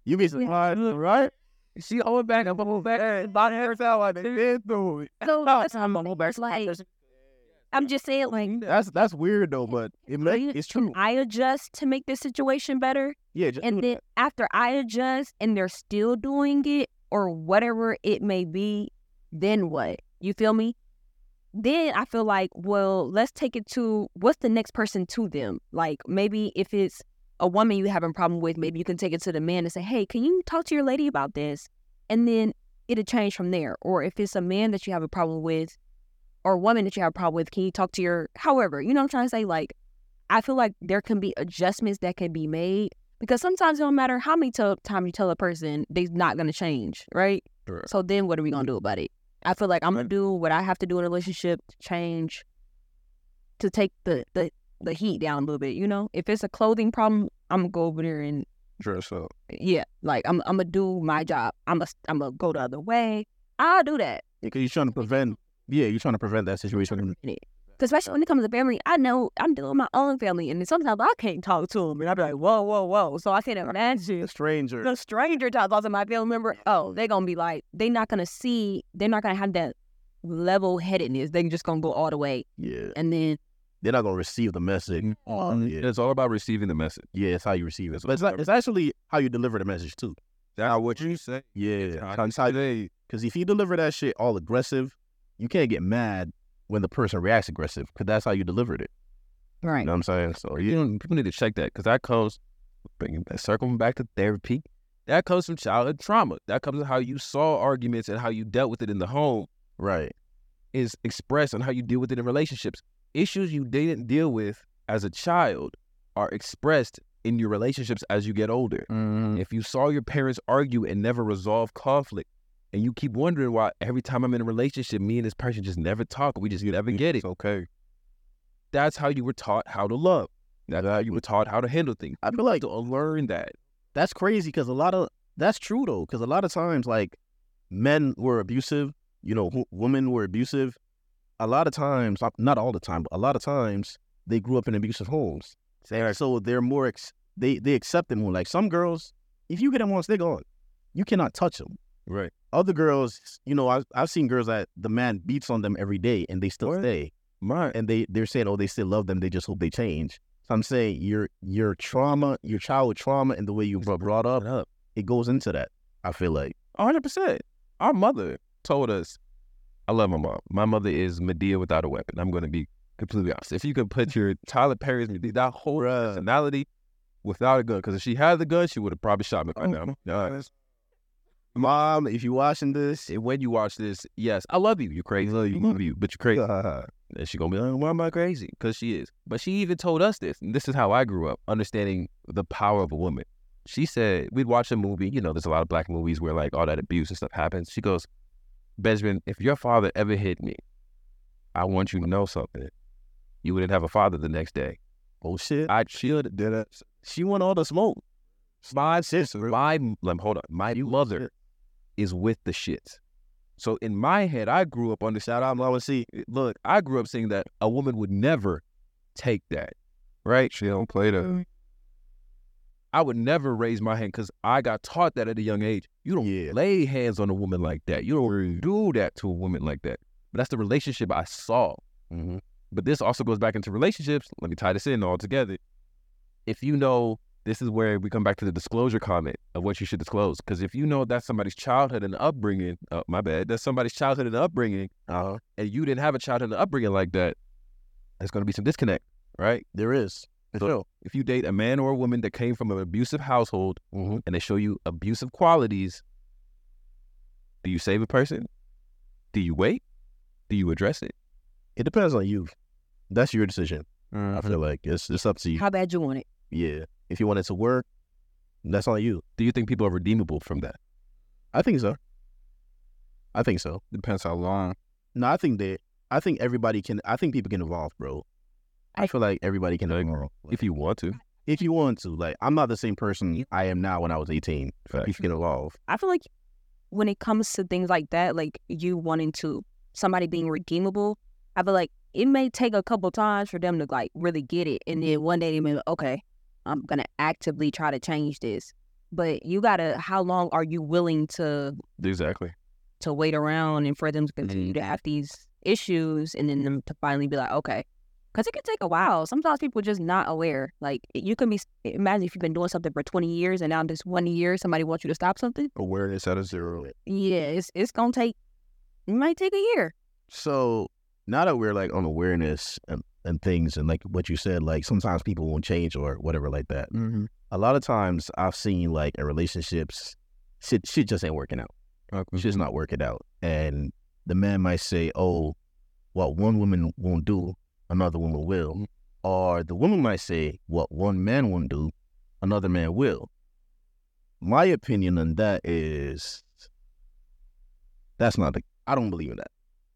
You be surprised,
Yeah.
right?
she holding back, I'm holding back.
Body hair sound like they did do it.
so that's-
I'm holding back.
like, I'm just saying, like,
That's that's weird though, but it ma-
you-
it's true.
I adjust to make this situation better.
Yeah, just,
And then after I adjust and they're still doing it or whatever it may be, then what? You feel me? Then I feel like, well, let's take it to what's the next person to them? Like maybe if it's a woman you have a problem with, maybe you can take it to the man and say, hey, can you talk to your lady about this? And then it'll change from there. Or if it's a man that you have a problem with or a woman that you have a problem with, can you talk to your, however, you know what I'm trying to say? Like, I feel like there can be adjustments that can be made because sometimes it don't matter how many t- time you tell a person they're not gonna change, right?
Correct.
So then what are we gonna do about it? I feel like I'm gonna do what I have to do in a relationship to change to take the the the heat down a little bit. You know, if it's a clothing problem, I'm gonna go over there and
dress up.
yeah, like I'm I'm gonna do my job. I'm a, I'm gonna go the other way. I'll do that.
because you're trying to prevent. Yeah, you're trying to prevent that situation. from-
Cause especially when it comes to family, I know I'm dealing with my own family, and then sometimes I can't talk to them, and i be like, whoa, whoa, whoa. So I can't imagine
A stranger.
the stranger talks to my family member, oh, they're gonna be like, they're not gonna see, they're not gonna have that level headedness. They're just gonna go all the way.
Yeah,
And then
they're not gonna receive the message. yeah.
It's all about receiving the message.
Yeah, it's how you receive it. But it's, not, it's actually how you deliver the message too.
That's what you say.
Yeah,
How you say.
because if you deliver that shit all aggressive, you can't get mad when the person reacts aggressive because that's how you delivered it. You
right.
know what I'm saying? So yeah,
You know, people need to check that because that comes, bringing back, circling back to therapy, that comes from childhood trauma. That comes from how you saw arguments and how you dealt with it in the home
right.
is expressed on how you deal with it in relationships. Issues you didn't deal with as a child are expressed in your relationships as you get older. If you saw your parents argue and never resolve conflict, and you keep wondering why every time I'm in a relationship, me and this person just never talk, we just never get it.
It's okay.
That's how you were taught how to love. That's how you were taught how to handle things. I feel like to learn that.
that's crazy because a lot of that's true though because a lot of times like men were abusive you know w- women were abusive a lot of times not- not all the time but a lot of times they grew up in abusive homes so they're more ex- they they accept them more like some girls if you get them once they're gone you cannot touch them
Right.
other girls you know I've, I've seen girls that the man beats on them every day and they still
What?
stay
My
and they they're saying, oh, they still love them. They just hope they change. So I'm saying your your trauma, your childhood trauma, and the way you were brought up, it goes into that. I feel like
100%. Our mother told us, I love my mom. My mother is Medea without a weapon. I'm going to be completely honest. If you could put your Tyler Perry's Medea, that whole personality without a gun, because if she had the gun, she would have probably shot me right now. Uh,
mom, if you're watching this,
and when you watch this, yes, I love you. You're crazy. I love you. love you, but you're crazy. And she gonna be like, "Why am I crazy?" Because she is. But she even told us this. And this is how I grew up, understanding the power of a woman. She said we'd watch a movie. You know, there's a lot of black movies where like all that abuse and stuff happens. She goes, "Benjamin, if your father ever hit me, I want you to know something. You wouldn't have a father the next day.
oh shit,
I should
Did I?
she want all the smoke.
my
Sis,
my lem- hold on. My mother is with the shits. So in my head, I grew up understanding.
shout out mama C.
Look, I grew up seeing that a woman would never take that, right? Mm.
She don't play that.
I would never raise my hand because I got taught that at a young age. You don't
Yeah.
lay hands on a woman like that. You don't do that to a woman like that. But that's the relationship I saw.
Mm-hmm.
Mhm.
But this also goes back into relationships. Let me tie this in all together. If you know, this is where we come back to the disclosure comment of what you should disclose. Because if you know that's somebody's childhood and upbringing, uh, my bad, that's somebody's childhood and upbringing,
Uh-huh.
and you didn't have a childhood and upbringing like that, there's going to be some disconnect, right?
There is.
So- If you date a man or a woman that came from an abusive household,
Mm-hmm.
and they show you abusive qualities, do you save a person? Do you wait? Do you address it?
It depends on you. That's your decision. I feel like it's it's up to you.
How bad you want it?
Yeah, if you want it to work, that's on you.
Do you think people are redeemable from that?
I think so. I think so.
Depends how long.
No, I think that I think everybody can. I think people can evolve, bro. I feel like everybody can evolve.
If you want to,
if you want to. Like, I'm not the same person I am now when I was 18.
Facts.
You can evolve.
I feel like when it comes to things like that, like you wanting to somebody being redeemable, I feel like it may take a couple times for them to like really get it, and then one day they may be, okay, I'm gonna actively try to change this. But you gotta, how long are you willing to
Exactly.
to wait around and for them to continue to have these issues, and then them to finally be like, okay, because it can take a while. Sometimes people just not aware. Like you can be, imagine if you've been doing something for 20 years, and now this one year somebody wants you to stop something.
Awareness at a zero.
Yeah, it's it's gonna take. It might take a year.
So now that we're like on awareness and, and things and like what you said, like sometimes people won't change or whatever like that.
Mm-hmm.
A lot of times I've seen like in relationships, shit, shit just ain't working out. It's just not working out. And the man might say, oh, what one woman won't do, another woman will. Or the woman might say, what one man won't do, another man will. My opinion on that is that's not the, I don't believe in that.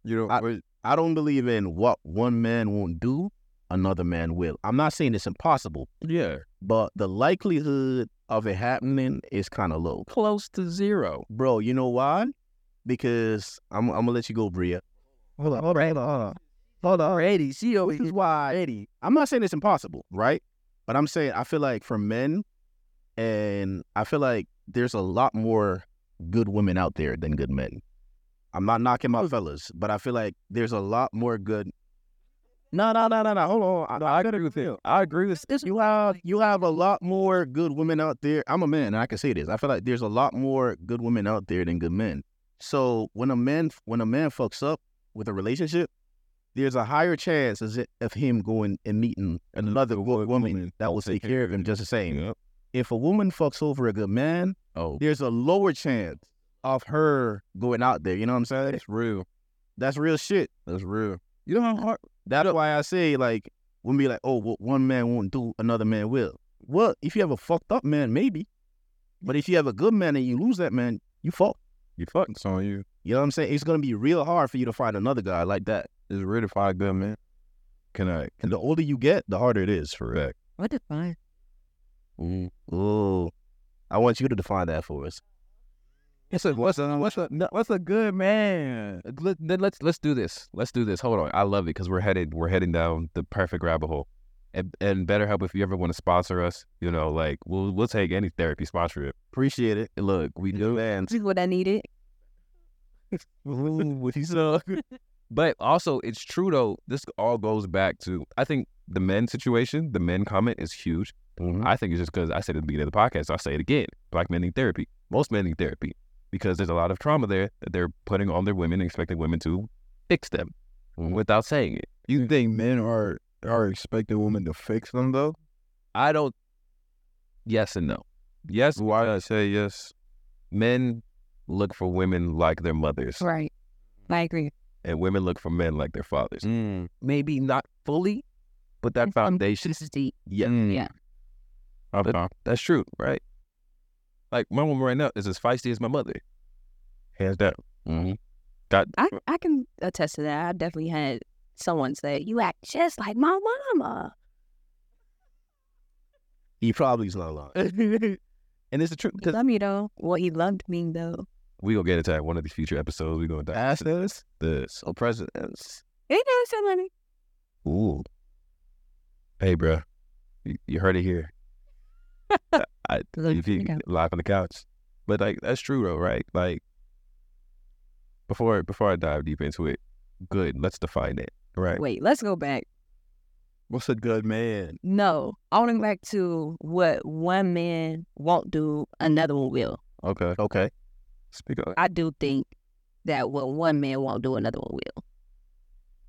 You know,
I-
wait,
I don't believe in what one man won't do, another man will. I'm not saying it's impossible,
Yeah.
but the likelihood of it happening is kind of low.
Close to zero.
Bro, you know why? Because I'm, I'm gonna let you go, Bria.
Hold on, hold on, hold on. Hold on, Eddie. She over here. Why, Eddie?
I'm not saying it's impossible, right? But I'm saying I feel like for men, and I feel like there's a lot more good women out there than good men. I'm not knocking my fellas, but I feel like there's a lot more good. No, no, no, no, no. Hold on. I-
No, I agree with you. I agree with
you have you have a lot more good women out there. I'm a man, and I can say this. I feel like there's a lot more good women out there than good men. So when a man when a man fucks up with a relationship, there's a higher chance as it, of him going and meeting another wo- woman, that will take care of him just the same.
Yep.
If a woman fucks over a good man,
Oh,
there's a lower chance of her going out there. You know what I'm saying?
that's real.
That's real shit.
That's real. You know how hard?
That's why I say like when be like, oh, what one man won't do, another man will. Well, if you have a fucked up man, maybe. But if you have a good man and you lose that man, you fuck.
You fucking it's on you.
You know what I'm saying? It's gonna be real hard for you to find another guy like that.
It's real to find a good man. Can I?
And the older you get, the harder it is for that.
What define?
Mm.
Oh, I want you to define that for us.
It's a what's a what's a no, what's a good man. Let, then let's let's do this. Let's do this. Hold on, I love it because we're headed we're heading down the perfect rabbit hole. And and BetterHelp, if you ever want to sponsor us, you know, like we'll we'll take any therapy sponsorship.
Appreciate it.
Look, we do.
And
This is what I needed.
But also, it's true though. This all goes back to I think the men situation, the men comment is huge. I think it's just because I said it at the beginning of the podcast. I'll say it again. Black men need therapy. Most men need therapy because there's a lot of trauma there that they're putting on their women, and expecting women to fix them without saying it.
You think men are are expecting women to fix them though?
I don't. Yes and no. Yes,
Why I say yes?
men look for women like their mothers,
Right. I agree.
and women look for men like their fathers. Mm. Maybe not fully, but that foundation.
This is deep.
Yeah,
Mm,
Yeah.
Okay.
that's true, right? Like my woman right now is as feisty as my mother, hands down.
I, I can attest to that. I definitely had someone say, You act just like my mama.
he probably is not lying.
and it's the truth.
He loved me though. Well, he loved me though.
We gonna get into that in one of these future episodes. We gonna dive
Ask this
this.
or presidents.
He never said nothing.
Ooh.
Hey, bro, you, you heard it here. I,
Live
if
on
you-
the couch.
live on the couch. But like that's true though, right? Like before before I dive deep into it, good. Let's define it, right?
Wait, let's go back.
What's a good man?
No. I want to go back to what one man won't do, another one will.
Okay.
Okay.
Speak up.
I do think that what one man won't do, another one will.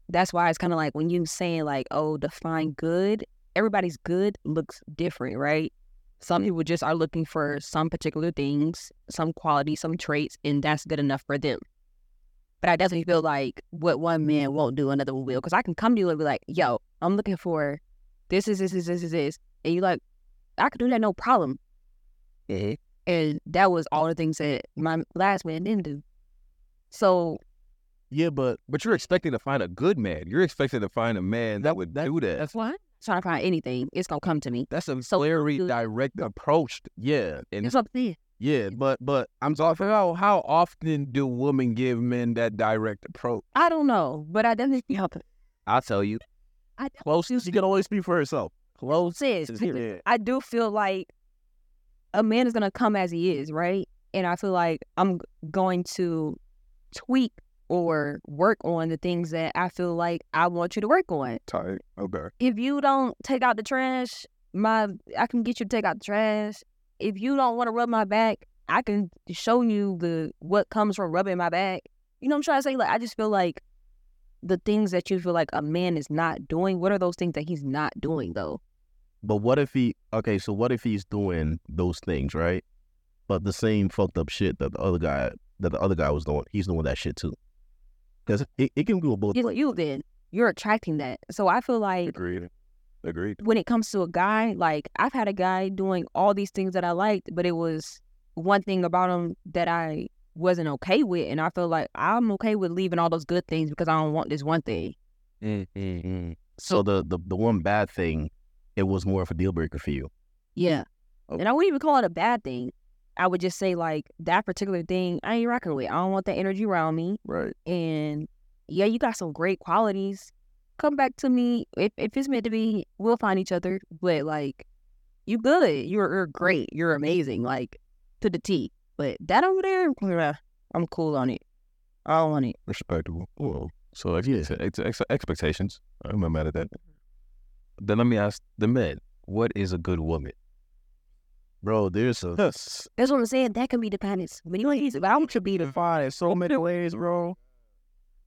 That's why it's kind of like when you saying like, oh, define good. Everybody's good looks different, right? Some people just are looking for some particular things, some qualities, some traits, and that's good enough for them. But I definitely feel like what one man won't do, another one will. Because I can come to you and be like, yo, I'm looking for this, is this, is this, is this. And you're like, I could do that no problem. And that was all the things that my last man didn't do. So
Yeah, but
But you're expecting to find a good man. You're expecting to find a man that would do that.
That's why.
trying to find anything, it's gonna come to me.
That's a
So-
very direct approach.
Yeah,
And
That's what I'm saying.
yeah, but but I'm
so how how often do women give men that direct approach?
I don't know, but I definitely help it.
I'll tell you.
I
Close
she can always speak for herself.
don't says
Yeah.
I do feel like a man is gonna come as he is, right? And I feel like I'm going to tweak or work on the things that I feel like I want you to work on.
Tight. Okay.
If you don't take out the trash, my I can get you to take out the trash. If you don't want to rub my back, I can show you the what comes from rubbing my back. You know what I'm trying to say? Like I just feel like the things that you feel like a man is not doing, what are those things that he's not doing though?
But what if he? Okay, so what if he's doing those things right? But the same fucked up shit that the other guy that the other guy was doing, he's doing that shit too. Because it, it can go both.
It's you then. You're attracting that. So I feel like
Agreed. Agreed.
when it comes to a guy, like I've had a guy doing all these things that I liked, but it was one thing about him that I wasn't okay with. And I feel like I'm okay with leaving all those good things because I don't want this one thing.
Mm-hmm.
So the, the the one bad thing, it was more of a deal breaker for you.
Yeah. And I wouldn't even call it a bad thing. I would just say like that particular thing I ain't rocking with. I don't want that energy around me.
Right.
And yeah, you got some great qualities. Come back to me. If if it's meant to be, we'll find each other. But like you good. You're you're great. You're amazing. Like to the T. But that over there, bruh, I'm cool on it. I don't want it.
Respectable.
Whoa. So ex-
Yes.
ex- ex- expectations. I'm not mad at that. Then let me ask the men: What is a good woman?
Bro, there's a
That's what I'm saying. That can be the finest. When you ain't but I don't to be the
Fine in so many ways, bro.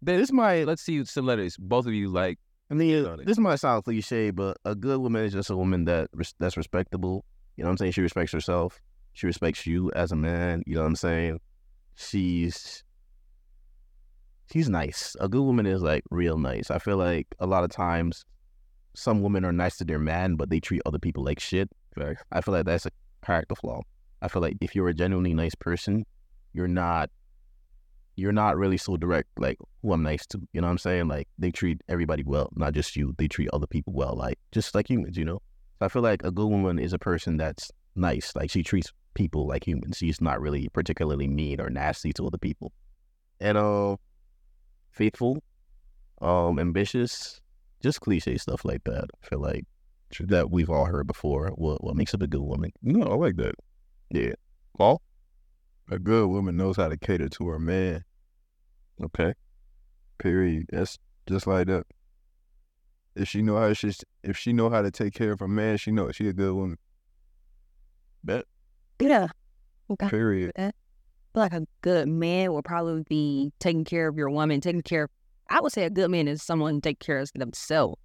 Then This is my. Let's see similarities. Both of you like.
I mean, uh,
Got it.
this might sound cliche, but a good woman is just a woman that res- that's respectable. You know what I'm saying? She respects herself. She respects you as a man. You know what I'm saying? She's she's nice. A good woman is like real nice. I feel like a lot of times some women are nice to their man, but they treat other people like shit. I feel like that's a character flaw. I feel like if you're a genuinely nice person, you're not you're not really so direct like who I'm nice to. You know what I'm saying? Like they treat everybody well, not just you. They treat other people well, like just like humans, you know? So I feel like a good woman is a person that's nice. Like she treats people like humans. She's not really particularly mean or nasty to other people. And uh faithful, um, ambitious, just cliche stuff like that. I feel like that we've all heard before. What what makes up a good woman?
No, I like that.
Yeah.
Paul? A good woman knows how to cater to her man.
Okay.
Period. That's just like that. If she know how she if she know how to take care of a man, she knows she a good woman.
Yeah. Okay.
Period.
feel like a good man will probably be taking care of your woman, taking care of I would say a good man is someone who take care of themselves.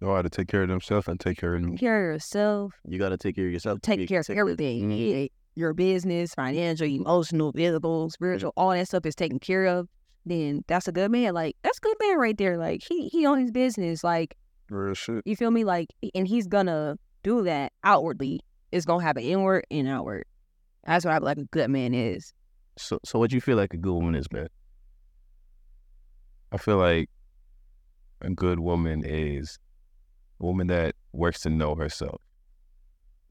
Know how to take care of themselves and take care of them.
Take care of yourself,
You gotta take care of yourself.
take care of everything. Yeah, Your business, financial, emotional, physical, spiritual, all that stuff is taken care of, then that's a good man. Like that's a good man right there. Like he he on his business. Like
Real shit.
you feel me? Like and he's gonna do that outwardly. It's gonna happen inward and outward. That's what I feel like a good man is.
So so what you feel like a good woman is, man?
I feel like a good woman is a woman that works to know herself.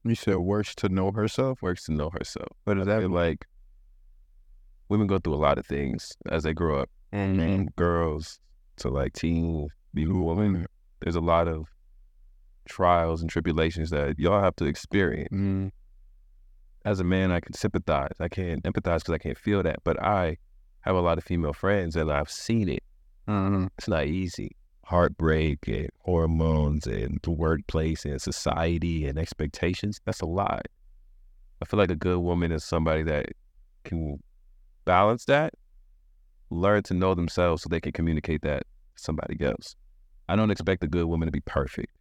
You said works to know herself.
Works to know herself. But is that like women go through a lot of things as they grow up?
Mm-hmm.
From girls to like teen be women. There's a lot of trials and tribulations that y'all have to experience.
Mm.
as a man, I can sympathize. I can empathize because I can't feel that. But I have a lot of female friends and I've seen it. It's not easy. Heartbreak and hormones and the workplace and society and expectations. That's a lot. I feel like a good woman is somebody that can balance that, learn to know themselves so they can communicate that to somebody else. I don't expect a good woman to be perfect.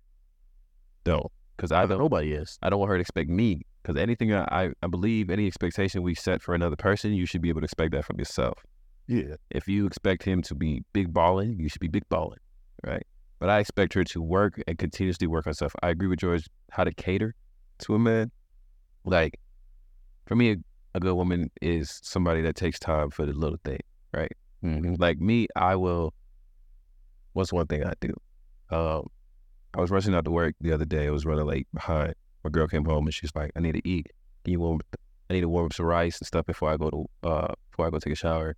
Don't. Because I
I
don't
nobody is.
I don't want her to expect me because anything I, I- I believe, any expectation we set for another person, you should be able to expect that from yourself.
Yeah.
If you expect him to be big balling, you should be big balling, right? But I expect her to work and continuously work on herself. I agree with George how to cater to a man. Like, for me, a, a good woman is somebody that takes time for the little thing, right? Like me, I will. What's one thing I do? Um, I was rushing out to work the other day. It was rather late behind. My girl came home and she's like, I need to eat. Can you warm I need to warm up some rice and stuff before I go to uh before I go take a shower.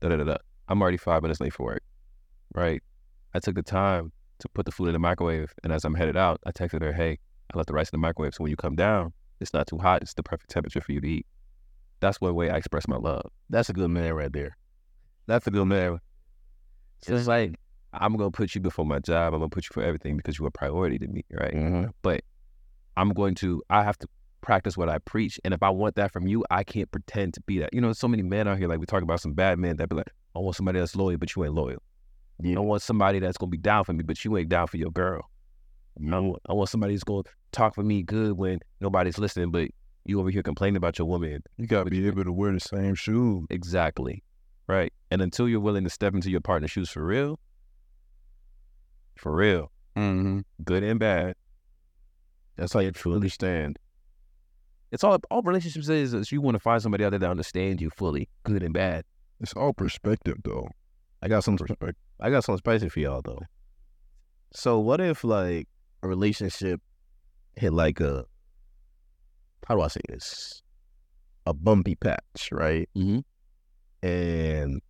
Da da da da. I'm already five minutes late for work. Right. I took the time to put the food in the microwave and as I'm headed out, I texted her, Hey, I left the rice in the microwave so when you come down, it's not too hot, it's the perfect temperature for you to eat. That's one way I express my love.
That's a good man right there. That's a good man.
So it's like I'm gonna put you before my job. I'm gonna put you for everything because you're a priority to me, right? But I'm going to. I have to practice what I preach, and if I want that from you, I can't pretend to be that. You know, so many men out here like we talk about some bad men that be like, I want somebody that's loyal, but you ain't loyal. I want somebody that's gonna be down for me, but you ain't down for your girl. I, want, I want somebody that's gonna talk for me good when nobody's listening, but you over here complaining about your woman
You gotta be able to wear the same shoes.
Exactly. Right. And until you're willing to step into your partner's shoes for real, for real,
Mm-hmm.
good and bad,
That's how you truly understand.
it's all all relationships is is you want to find somebody out there that understands you fully, good and bad.
It's all perspective, though.
I got some.
Perspective.
I got something spicy for y'all though. So what if like a relationship hit like a how do I say this? A bumpy patch, right?
Mhm.
And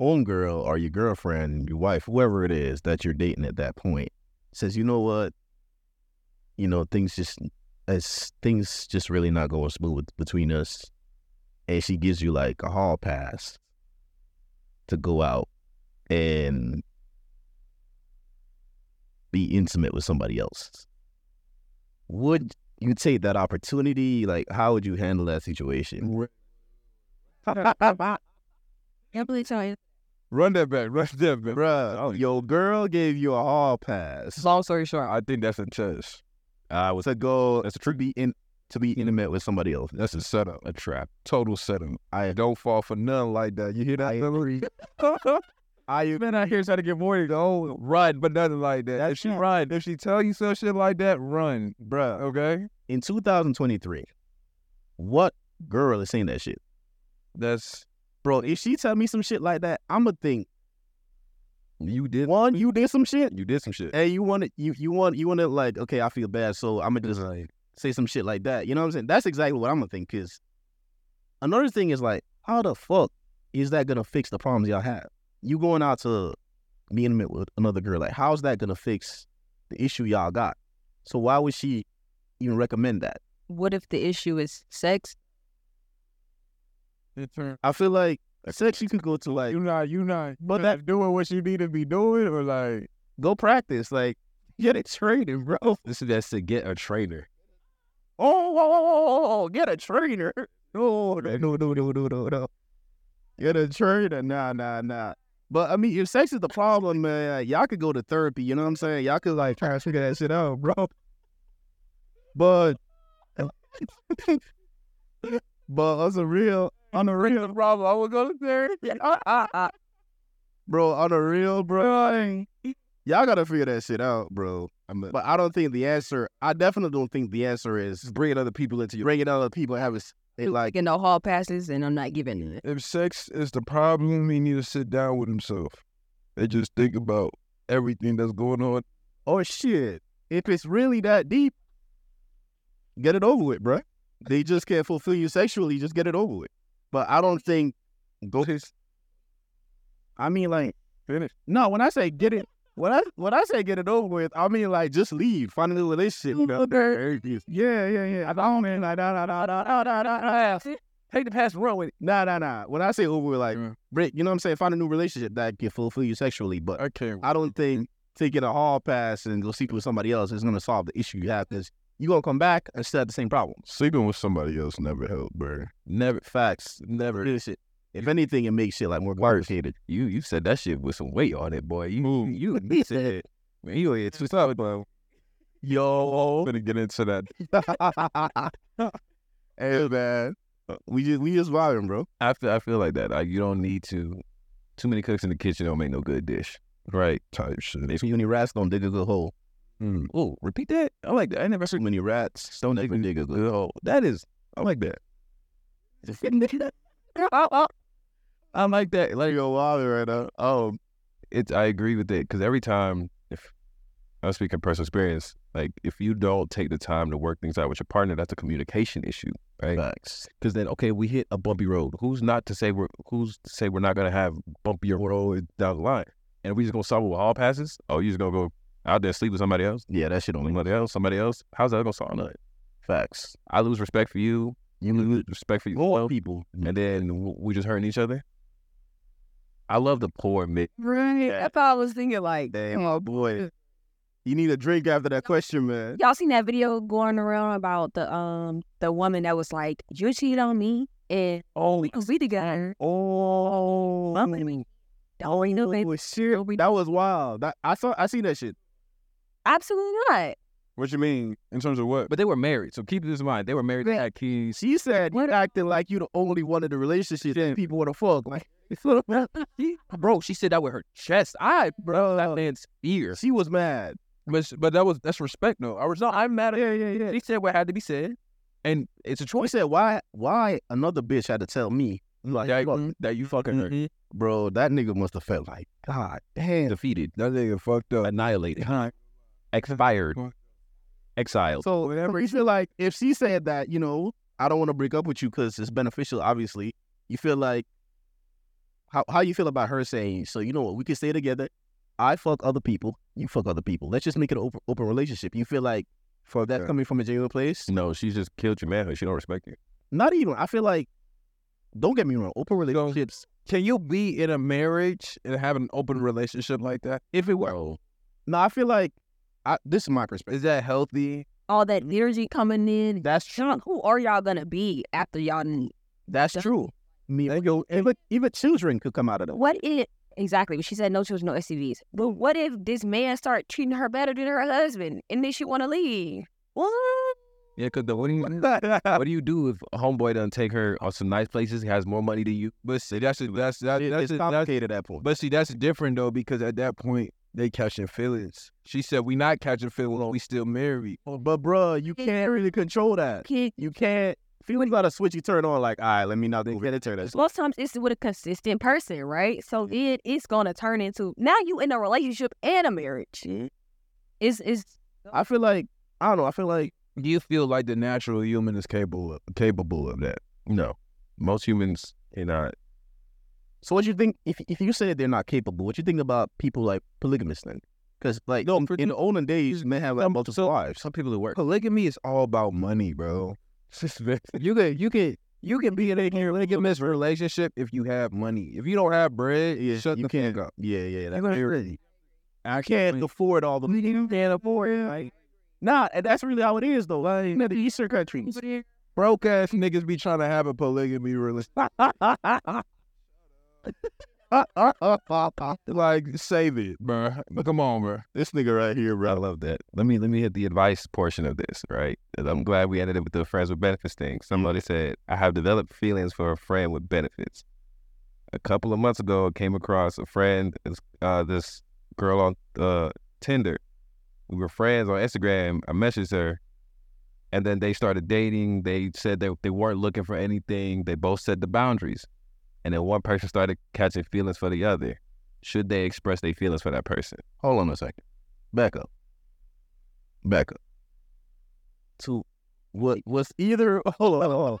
homegirl or your girlfriend, your wife, whoever it is that you're dating at that point, says, you know what? You know, things just as things just really not going smooth between us. And she gives you like a hall pass to go out and be intimate with somebody else. Would you take that opportunity? Like, how would you handle that situation?
Can't believe so.
Run that back. Run that back.
Bruh, your girl gave you a hall pass
Long story short,
I think that's a test.
I was
to go that's to be in to be
Mm-hmm.
intimate with somebody else.
That's a setup.
a trap.
Total setup.
I
Don't fall for none like that. You hear that?
I
Hillary?
I
Man out here trying to get more. Don't run, but nothing like that. if she run, if she tell you some shit like that, run,
bruh
okay?
in 2023, what girl is saying that shit?
That's
Bro, if she tell me some shit like that, I'ma think
You did
one, you did some shit.
you did some shit.
hey, you want to, you you want you want to like, okay, I feel bad, so I'm gonna just say some shit like that. You know what I'm saying? That's exactly what I'm gonna think. Cause another thing is like, how the fuck is that gonna fix the problems y'all have? You going out to be intimate with another girl, like, how's that gonna fix the issue y'all got? So why would she even recommend that?
What if the issue is sex?
I feel like sex you can go to like
you not you not
But
but that doing what you need to be doing or like
go practice, like get a training, bro. Oh,
This is that's to get a trainer.
oh, oh, oh, oh, get a trainer. No, no, no, no, no, no, no, no. Get a trainer. Nah, nah, nah. But I mean, if sex is the problem, man, y'all could go to therapy. You know what I'm saying? Y'all could like try to figure that shit out, bro. But, but on the real, on the real,
problem. I was gonna say,
bro, on the real, bro, y'all gotta figure that shit out, bro.
I'm a,
But I don't think the answer. I definitely don't think the answer is bringing other people into your bringing other people and having s- they like
Getting no hall passes, and I'm not giving it.
if sex is the problem, he need to sit down with himself. They just think about everything that's going on.
oh shit, if it's really that deep, get it over with, bruh. They just can't fulfill you sexually, just get it over with. But I don't think go I mean like
Finish.
No, when I say get it when I when I say get it over with, I mean like just leave, find a new relationship. you know? Yeah, yeah, yeah. I don't mean like da da da da da da da da. Take the past and run with it. Nah, nah, nah. When I say over with like
Yeah.
break, you know what I'm saying? Find a new relationship that can fulfill you sexually, but
I can't.
I don't think taking a hall pass and go sleep with somebody else is going to solve the issue you have because you're going to come back and still have the same problems.
Sleeping with somebody else never helped, bro.
Never
Facts.
never
Real shit. If anything, it makes shit like more complicated.
you you said that shit with some weight on it, boy. You
Ooh.
you and me said man, you ain't too solid, bro.
I'm
Yo.
gonna get into that.
hey, man. We just, we just vibing, bro.
I feel I feel like that. Like you don't need to too many cooks in the kitchen don't make no good dish. Right.
type shit.
If you any rats, don't dig a good hole. Hmm.
Oh, repeat that. I like that. I never
Too
heard
many rats, don't ever dig a good
good hole. That is I like that. I like that. Like
Oh, You're vibing right now.
um, it's I agree with it because every time if I'm speaking personal experience. Like, if you don't take the time to work things out with your partner, that's a communication issue, right?
Facts.
Because then, okay, we hit a bumpy road. Who's not to say we're who's to say we're not gonna have bumpier road down the line? And we just gonna solve it with all passes? Oh, you just gonna go out there sleep with somebody else,
Yeah, that shit only
somebody else, somebody else? How's that gonna solve nothing?
facts.
I lose respect for you. You lose respect for yourself.
people.
and then w- we just hurting each other. I love the poor mix.
Right. That's all I was thinking. Like,
Damn,
come
my
on.
boy. You need a drink after that question, man.
y'all seen that video going around about the um the woman that was like, "You cheated on me, and
Oh,
we be together."
oh,
Well, I mean, Don't do it.
oh, shit. That was wild. That, I saw. I seen that shit.
Absolutely not.
What you mean in terms of what?
But they were married, so keep this in mind. They were married. They
Right.
had kids.
She said
What-
you acting like you the only one in the relationship that people want to fuck. Like, she,
bro. She said that with her chest. I bro that man's fear.
she was mad.
But but that was that's respect. No, I was not. I'm mad at.
Yeah, yeah, yeah.
She said what had to be said, and it's a
We
choice.
said why? Why another bitch had to tell me? Like,
Yeah,
fuck,
mm, that you fucking hurt.
Mm-hmm.
bro, that nigga must have felt like, God damn.
Defeated,
That nigga fucked up.
annihilated, expired, exiled.
So whenever you feel like if she said that, you know, I don't want to break up with you because it's beneficial, obviously. You feel like how how you feel about her saying, so you know what, we can stay together. I fuck other people, you fuck other people. Let's just make it an open, open relationship. You feel like
Fucked
that
up.
coming from a genuine place?
no, she just killed your manhood. She don't respect you.
Not even. I feel like don't get me wrong, open relationships.
Can you be in a marriage and have an open relationship like that? If it were,
No, I feel like I, this is my perspective.
is that healthy?
All that energy coming in.
That's
John, who are y'all gonna be after y'all? done-
That's true. Me, even, even children could come out of that.
What if exactly? But She said no children, no STDs. But what if this man start treating her better than her husband, and then she want to leave? What?
Yeah, because the what do, you, what do you do if a homeboy doesn't take her on some nice places? He has more money than you.
But see, that's a, that's that,
It-
that's
it's
a, that's
complicated at that point.
but see that's different though because at that point they catching feelings. She said we not catching feelings. We still married.
But, but bruh, you can't really control that.
Kid,
you can't feel you got a switch you turn on like all right let me not move it turn that
most times it's with a consistent person, right? So then it's gonna turn into now you in a relationship and a marriage.
Mm-hmm.
Is is
i feel like i don't know i feel like
Do you feel like the natural human is capable of, capable of that?
No, most humans cannot.
so what you think if, if you say they're not capable what you think about people like polygamists then because like in,
for-
in the olden days men have like
some-
multiple
so-
wives
Some people who work.
Polygamy is all about money, bro.
You can you can you can be in a polygamous relationship if you have money. If you don't have bread,
yeah
shut
you
the
can't
fuck up.
yeah yeah
You're
that's
gonna
very-
really- I
can't afford all the you can't afford it like nah and that's really how it is though like in the eastern countries
broke ass niggas be trying to have a polygamy relationship.
Uh,
like save it, bruh. Come on, bruh.
This nigga right here, bro. I love that. Let me let me hit the advice portion of this, right? 'Cause I'm glad we ended it with the friends with benefits thing.
Mm.
Somebody said, I have developed feelings for a friend with benefits. A couple of months ago, I came across a friend, this- uh, this girl on uh, Tinder. We were friends on Instagram. I messaged her, and then they started dating. They said they, they weren't looking for anything. They both set the boundaries. And then one person started catching feelings for the other. Should they express their feelings for that person?
hold on a second back up back up to what was either hold on, hold on, hold on.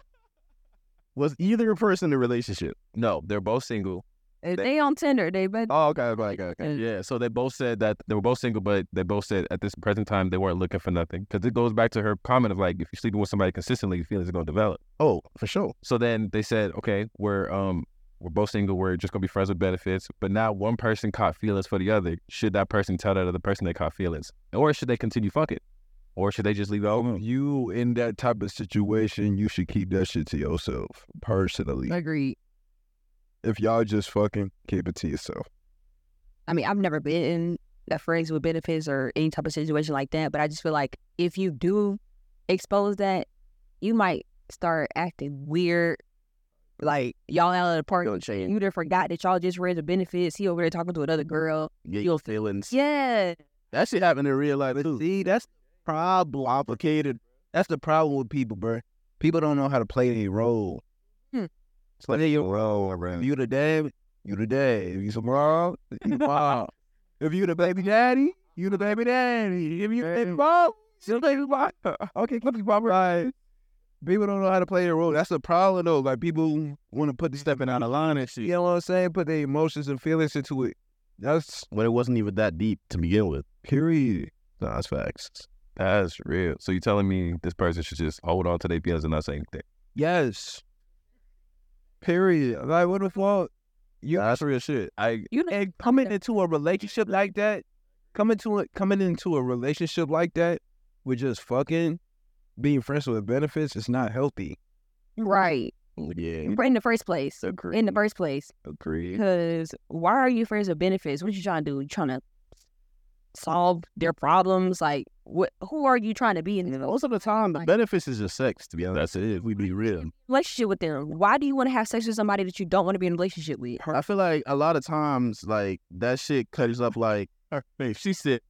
was either person in a relationship
No, they're both single.
eh, they on Tinder? They but
oh okay okay okay, okay.
Yeah, so they both said that they were both single, but they both said at this present time they weren't looking for nothing because it goes back to her comment of like if you're sleeping with somebody consistently, your feelings are gonna develop.
oh for sure
So then they said, okay, we're um we're both single, we're just gonna be friends with benefits. But now one person caught feelings for the other. Should that person tell that other person they caught feelings, or should they continue fucking, or should they just leave it alone?
You in that type of situation, you should keep that shit to yourself personally.
agree.
If y'all just fucking keep it to yourself.
I mean, I've never been in a friends with benefits or any type of situation like that, but I just feel like if you do expose that, you might start acting weird. Like y'all out of the park,
Don't change.
you done forgot that y'all just read the benefits. He over there talking to another girl.
get your feelings
Yeah,
that shit happened in real life too.
See, that's the problem. Complicated. That's the problem with people, bruh. People don't know how to play their role.
Hmm.
It's like, you,
Roll around.
you the dad, you the dad. If you some wrong, you the mom. If you the baby daddy, You the baby daddy. If you baby mom, she the baby mom. Okay, clip mom. Right. People don't know how to play their role. That's a problem though. Like people want to put the
stepping out of line and
You
shit.
know what I'm saying? Put their emotions and feelings into it. That's
When it wasn't even that deep to begin with.
Period.
Nah, that's facts.
That's real. So you telling me this person should just hold on to their feelings and not say anything?
yes. Period. Like what the fuck? You
Nah, that's real shit.
I
You know,
and coming into a relationship like that, coming to a, coming into a relationship like that with just fucking being friends with benefits is not healthy. Mm.
right
Yeah.
in the first place.
agree.
In the first place,
Agree.
because why are you friends with benefits? What you trying to do? You trying to solve their problems? Like, what? Who are you trying to be in the
Most of the time, the benefits is just sex, to be honest. That's it. If we be real.
relationship with them? Why do you want to have sex with somebody that you don't want to be in a relationship with?
I feel like a lot of times, like, that shit cuts up like, her face. She said,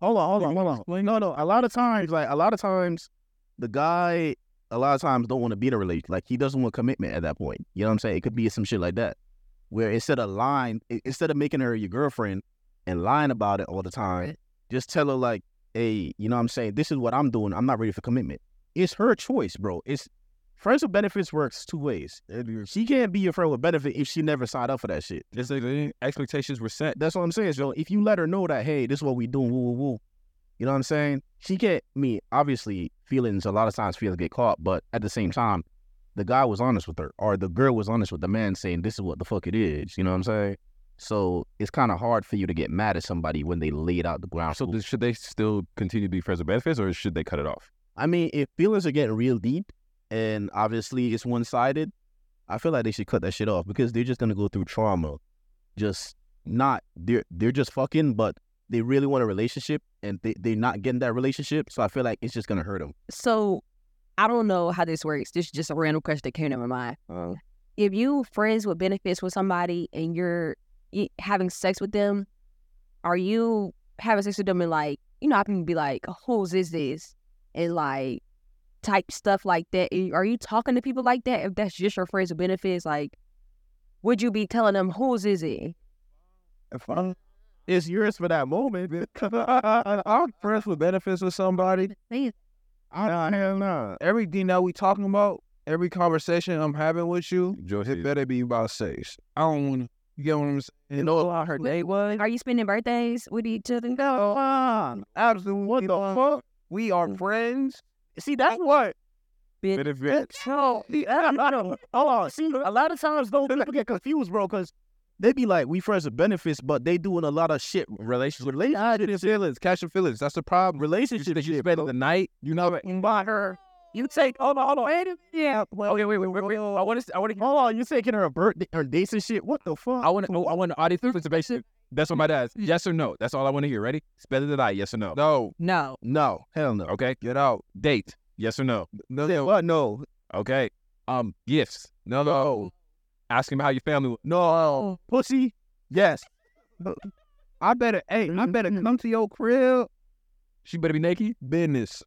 hold on, hold on, hold on. Like, no, no. A lot of times, like, a lot of times, the guy, a lot of times, don't want to be in a relationship. Like, he doesn't want commitment at that point. You know what I'm saying? It could be some shit like that. Where instead of lying, i- instead of making her your girlfriend and lying about it all the time, just tell her, like, hey, you know what I'm saying? This is what I'm doing. I'm not ready for commitment. It's her choice, bro. It's friends with benefits works two ways. She can't be your friend with benefit if she never signed up for that shit.
Just like the expectations were set.
That's what I'm saying, Joe. If you let her know that, hey, this is what we doing, woo woo woo. You know what I'm saying? She can't I mean, obviously feelings a lot of times feelings get caught, but at the same time, the guy was honest with her, or the girl was honest with the man saying this is what the fuck it is. You know what I'm saying? So it's kinda hard for you to get mad at somebody when they laid out the ground.
So
So
th- should they still continue to be friends with benefits, or should they cut it off?
I mean, if feelings are getting real deep and obviously it's one sided, I feel like they should cut that shit off because they're just gonna go through trauma. Just not they're they're just fucking, but they really want a relationship and they they're not getting that relationship. So I feel like it's just gonna hurt them.
So, I don't know how this works. This is just a random question that came to my mind. if you friends with benefits with somebody and you're y- having sex with them, are you having sex with them and like you know I can be like whose is this and like type stuff like that? Are you- Are you talking to people like that? If that's just your friends with benefits, like would you be telling them whose is it?
If I'm, it's yours for that moment. I'm friends with benefits with somebody. I, nah, hell nah. Everything that we talking about, every conversation I'm having with you,
Joe
it
said,
better be about sex. I don't want to. You get what I'm saying? You know how her
date
was?
Are you spending birthdays with each other?
No, uh, absolutely. What the fuck? Mm. We are friends. See, that's what.
benefits.
No,
Hold on. See, a lot of times those people get confused, bro, because they be like, we friends with benefits, but they doing a lot of shit relationship
your feelings, catch your feelings. That's the problem. Relationship that you spend the night, you know, by her. You take, hold on, hold on, wait a minute. Yeah, well, okay, wait, wait, wait, wait, I want to, I want to,
Hold on, you taking her a birthday her dates and shit? What the fuck?
I want
oh,
to. I want to audience participation. That's what my dad. Yes or no. That's all I want to hear. Ready? Spend it the night. Yes or no.
no,
No.
No, hell no.
Okay.
get out.
Date. Yes or no.
No,
Yeah, what no.
Okay. Um. Gifts. No. No. Ask him how your family. was.
no,
Pussy.
yes. I better, hey, I better come to your crib.
She better be naked.
Business.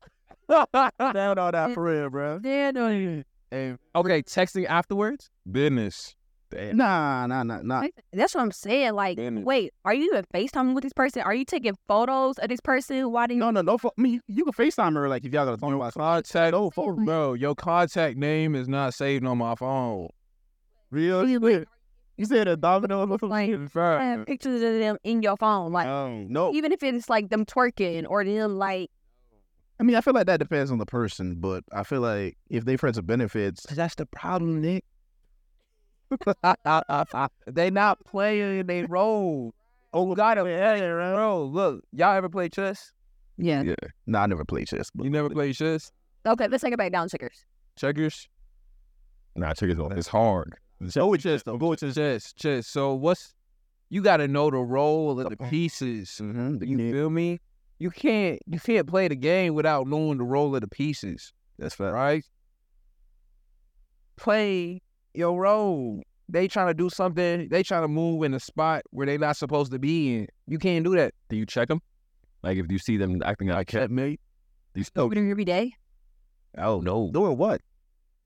Down on that for real, bro.
Yeah, no.
Okay. Texting afterwards.
Business.
Damn.
Nah, nah, nah, nah.
That's what I'm saying. Like,
Damn it.
wait, are you even FaceTiming with this person? Are you taking photos of this person? Why didn't
No, no, no. Fu- I mean, you can FaceTime her like if y'all got a phone about
Contact, oh, fuck, bro, your contact name is not saved on my phone.
real. You said a domino or something?
like
Bruh.
have pictures of them in your phone? Like,
No,
Oh.
no.
even if it's like them twerking or them like
I mean, I feel like that depends on the person, but I feel like if they friends with benefits,
that's the problem, Nick. they not playing their role. Oh, God, bro, look, y'all ever play chess?
yeah
nah, I never play chess. But
You never play chess?
okay let's take it back down checkers
Checkers?
Nah. Check it out. It's hard.
Go with chess, though. Go with chess. Chess, chess. So what's, you got to know the role of the pieces.
Mhm,
You
yeah,
feel me? You can't, you can't play the game without knowing the role of the pieces.
that's fact.
right? Play your role. They trying to do something. They trying to move in a spot where they not supposed to be in. You can't do that.
Do you check them? Like if you see them acting like
Oh.
Checkmate.
these.
every day
Oh no.
Doing what?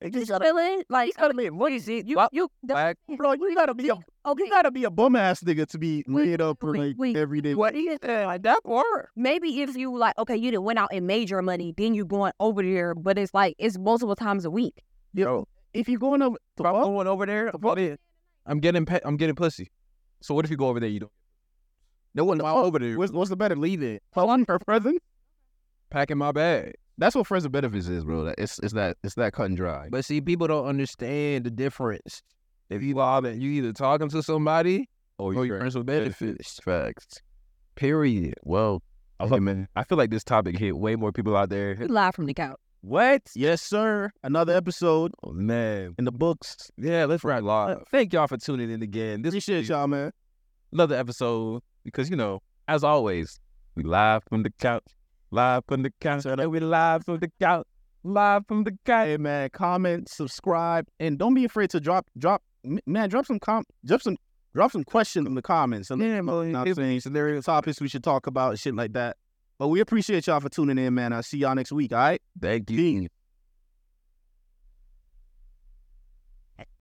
You gotta,
feeling like
what is it? You, you,
black.
bro, you gotta be a,
okay.
You gotta be a bum ass nigga to be
Wait,
laid up for
wait,
like
wait.
every day.
What is that? Like that part?
Maybe if you like, okay, you didn't went out and made your money, then you going over there, but it's like it's multiple times a week.
Yo, if you're going up,
If I'm going over there, I'm, getting- I'm getting pe- I'm getting pussy. So what if you go over there, you don't? No one
Wow.
over there
what's, what's the better leave it? Fuck her present.
packing my bag.
That's what friends and benefits is, bro. That- It's it's that it's that cut and dry.
But see, people don't understand the difference. If you lob it, you either talking to somebody
Oh,
or
you're
you're friends with benefits.
facts.
Period.
Well,
I was
hey, man.
I feel like this topic hit way more people out there.
We live from the couch.
What?
Yes, sir. Another episode
Oh, man.
in the books.
Yeah, let's wrap live. Thank y'all for tuning in again. This
Appreciate y'all, man.
another episode because you know, as always, we live from the couch, live from the couch, and we live from the couch, live from the couch.
Hey, man. Comment, subscribe, and don't be afraid to drop drop. m- Man, drop some com, drop some drop some questions in the comments. And
Yeah,
know what I'm saying scenario topics we should talk about, and shit like that. But we appreciate y'all for tuning in, man. I'll see y'all next week. All right.
Thank you.
Peace.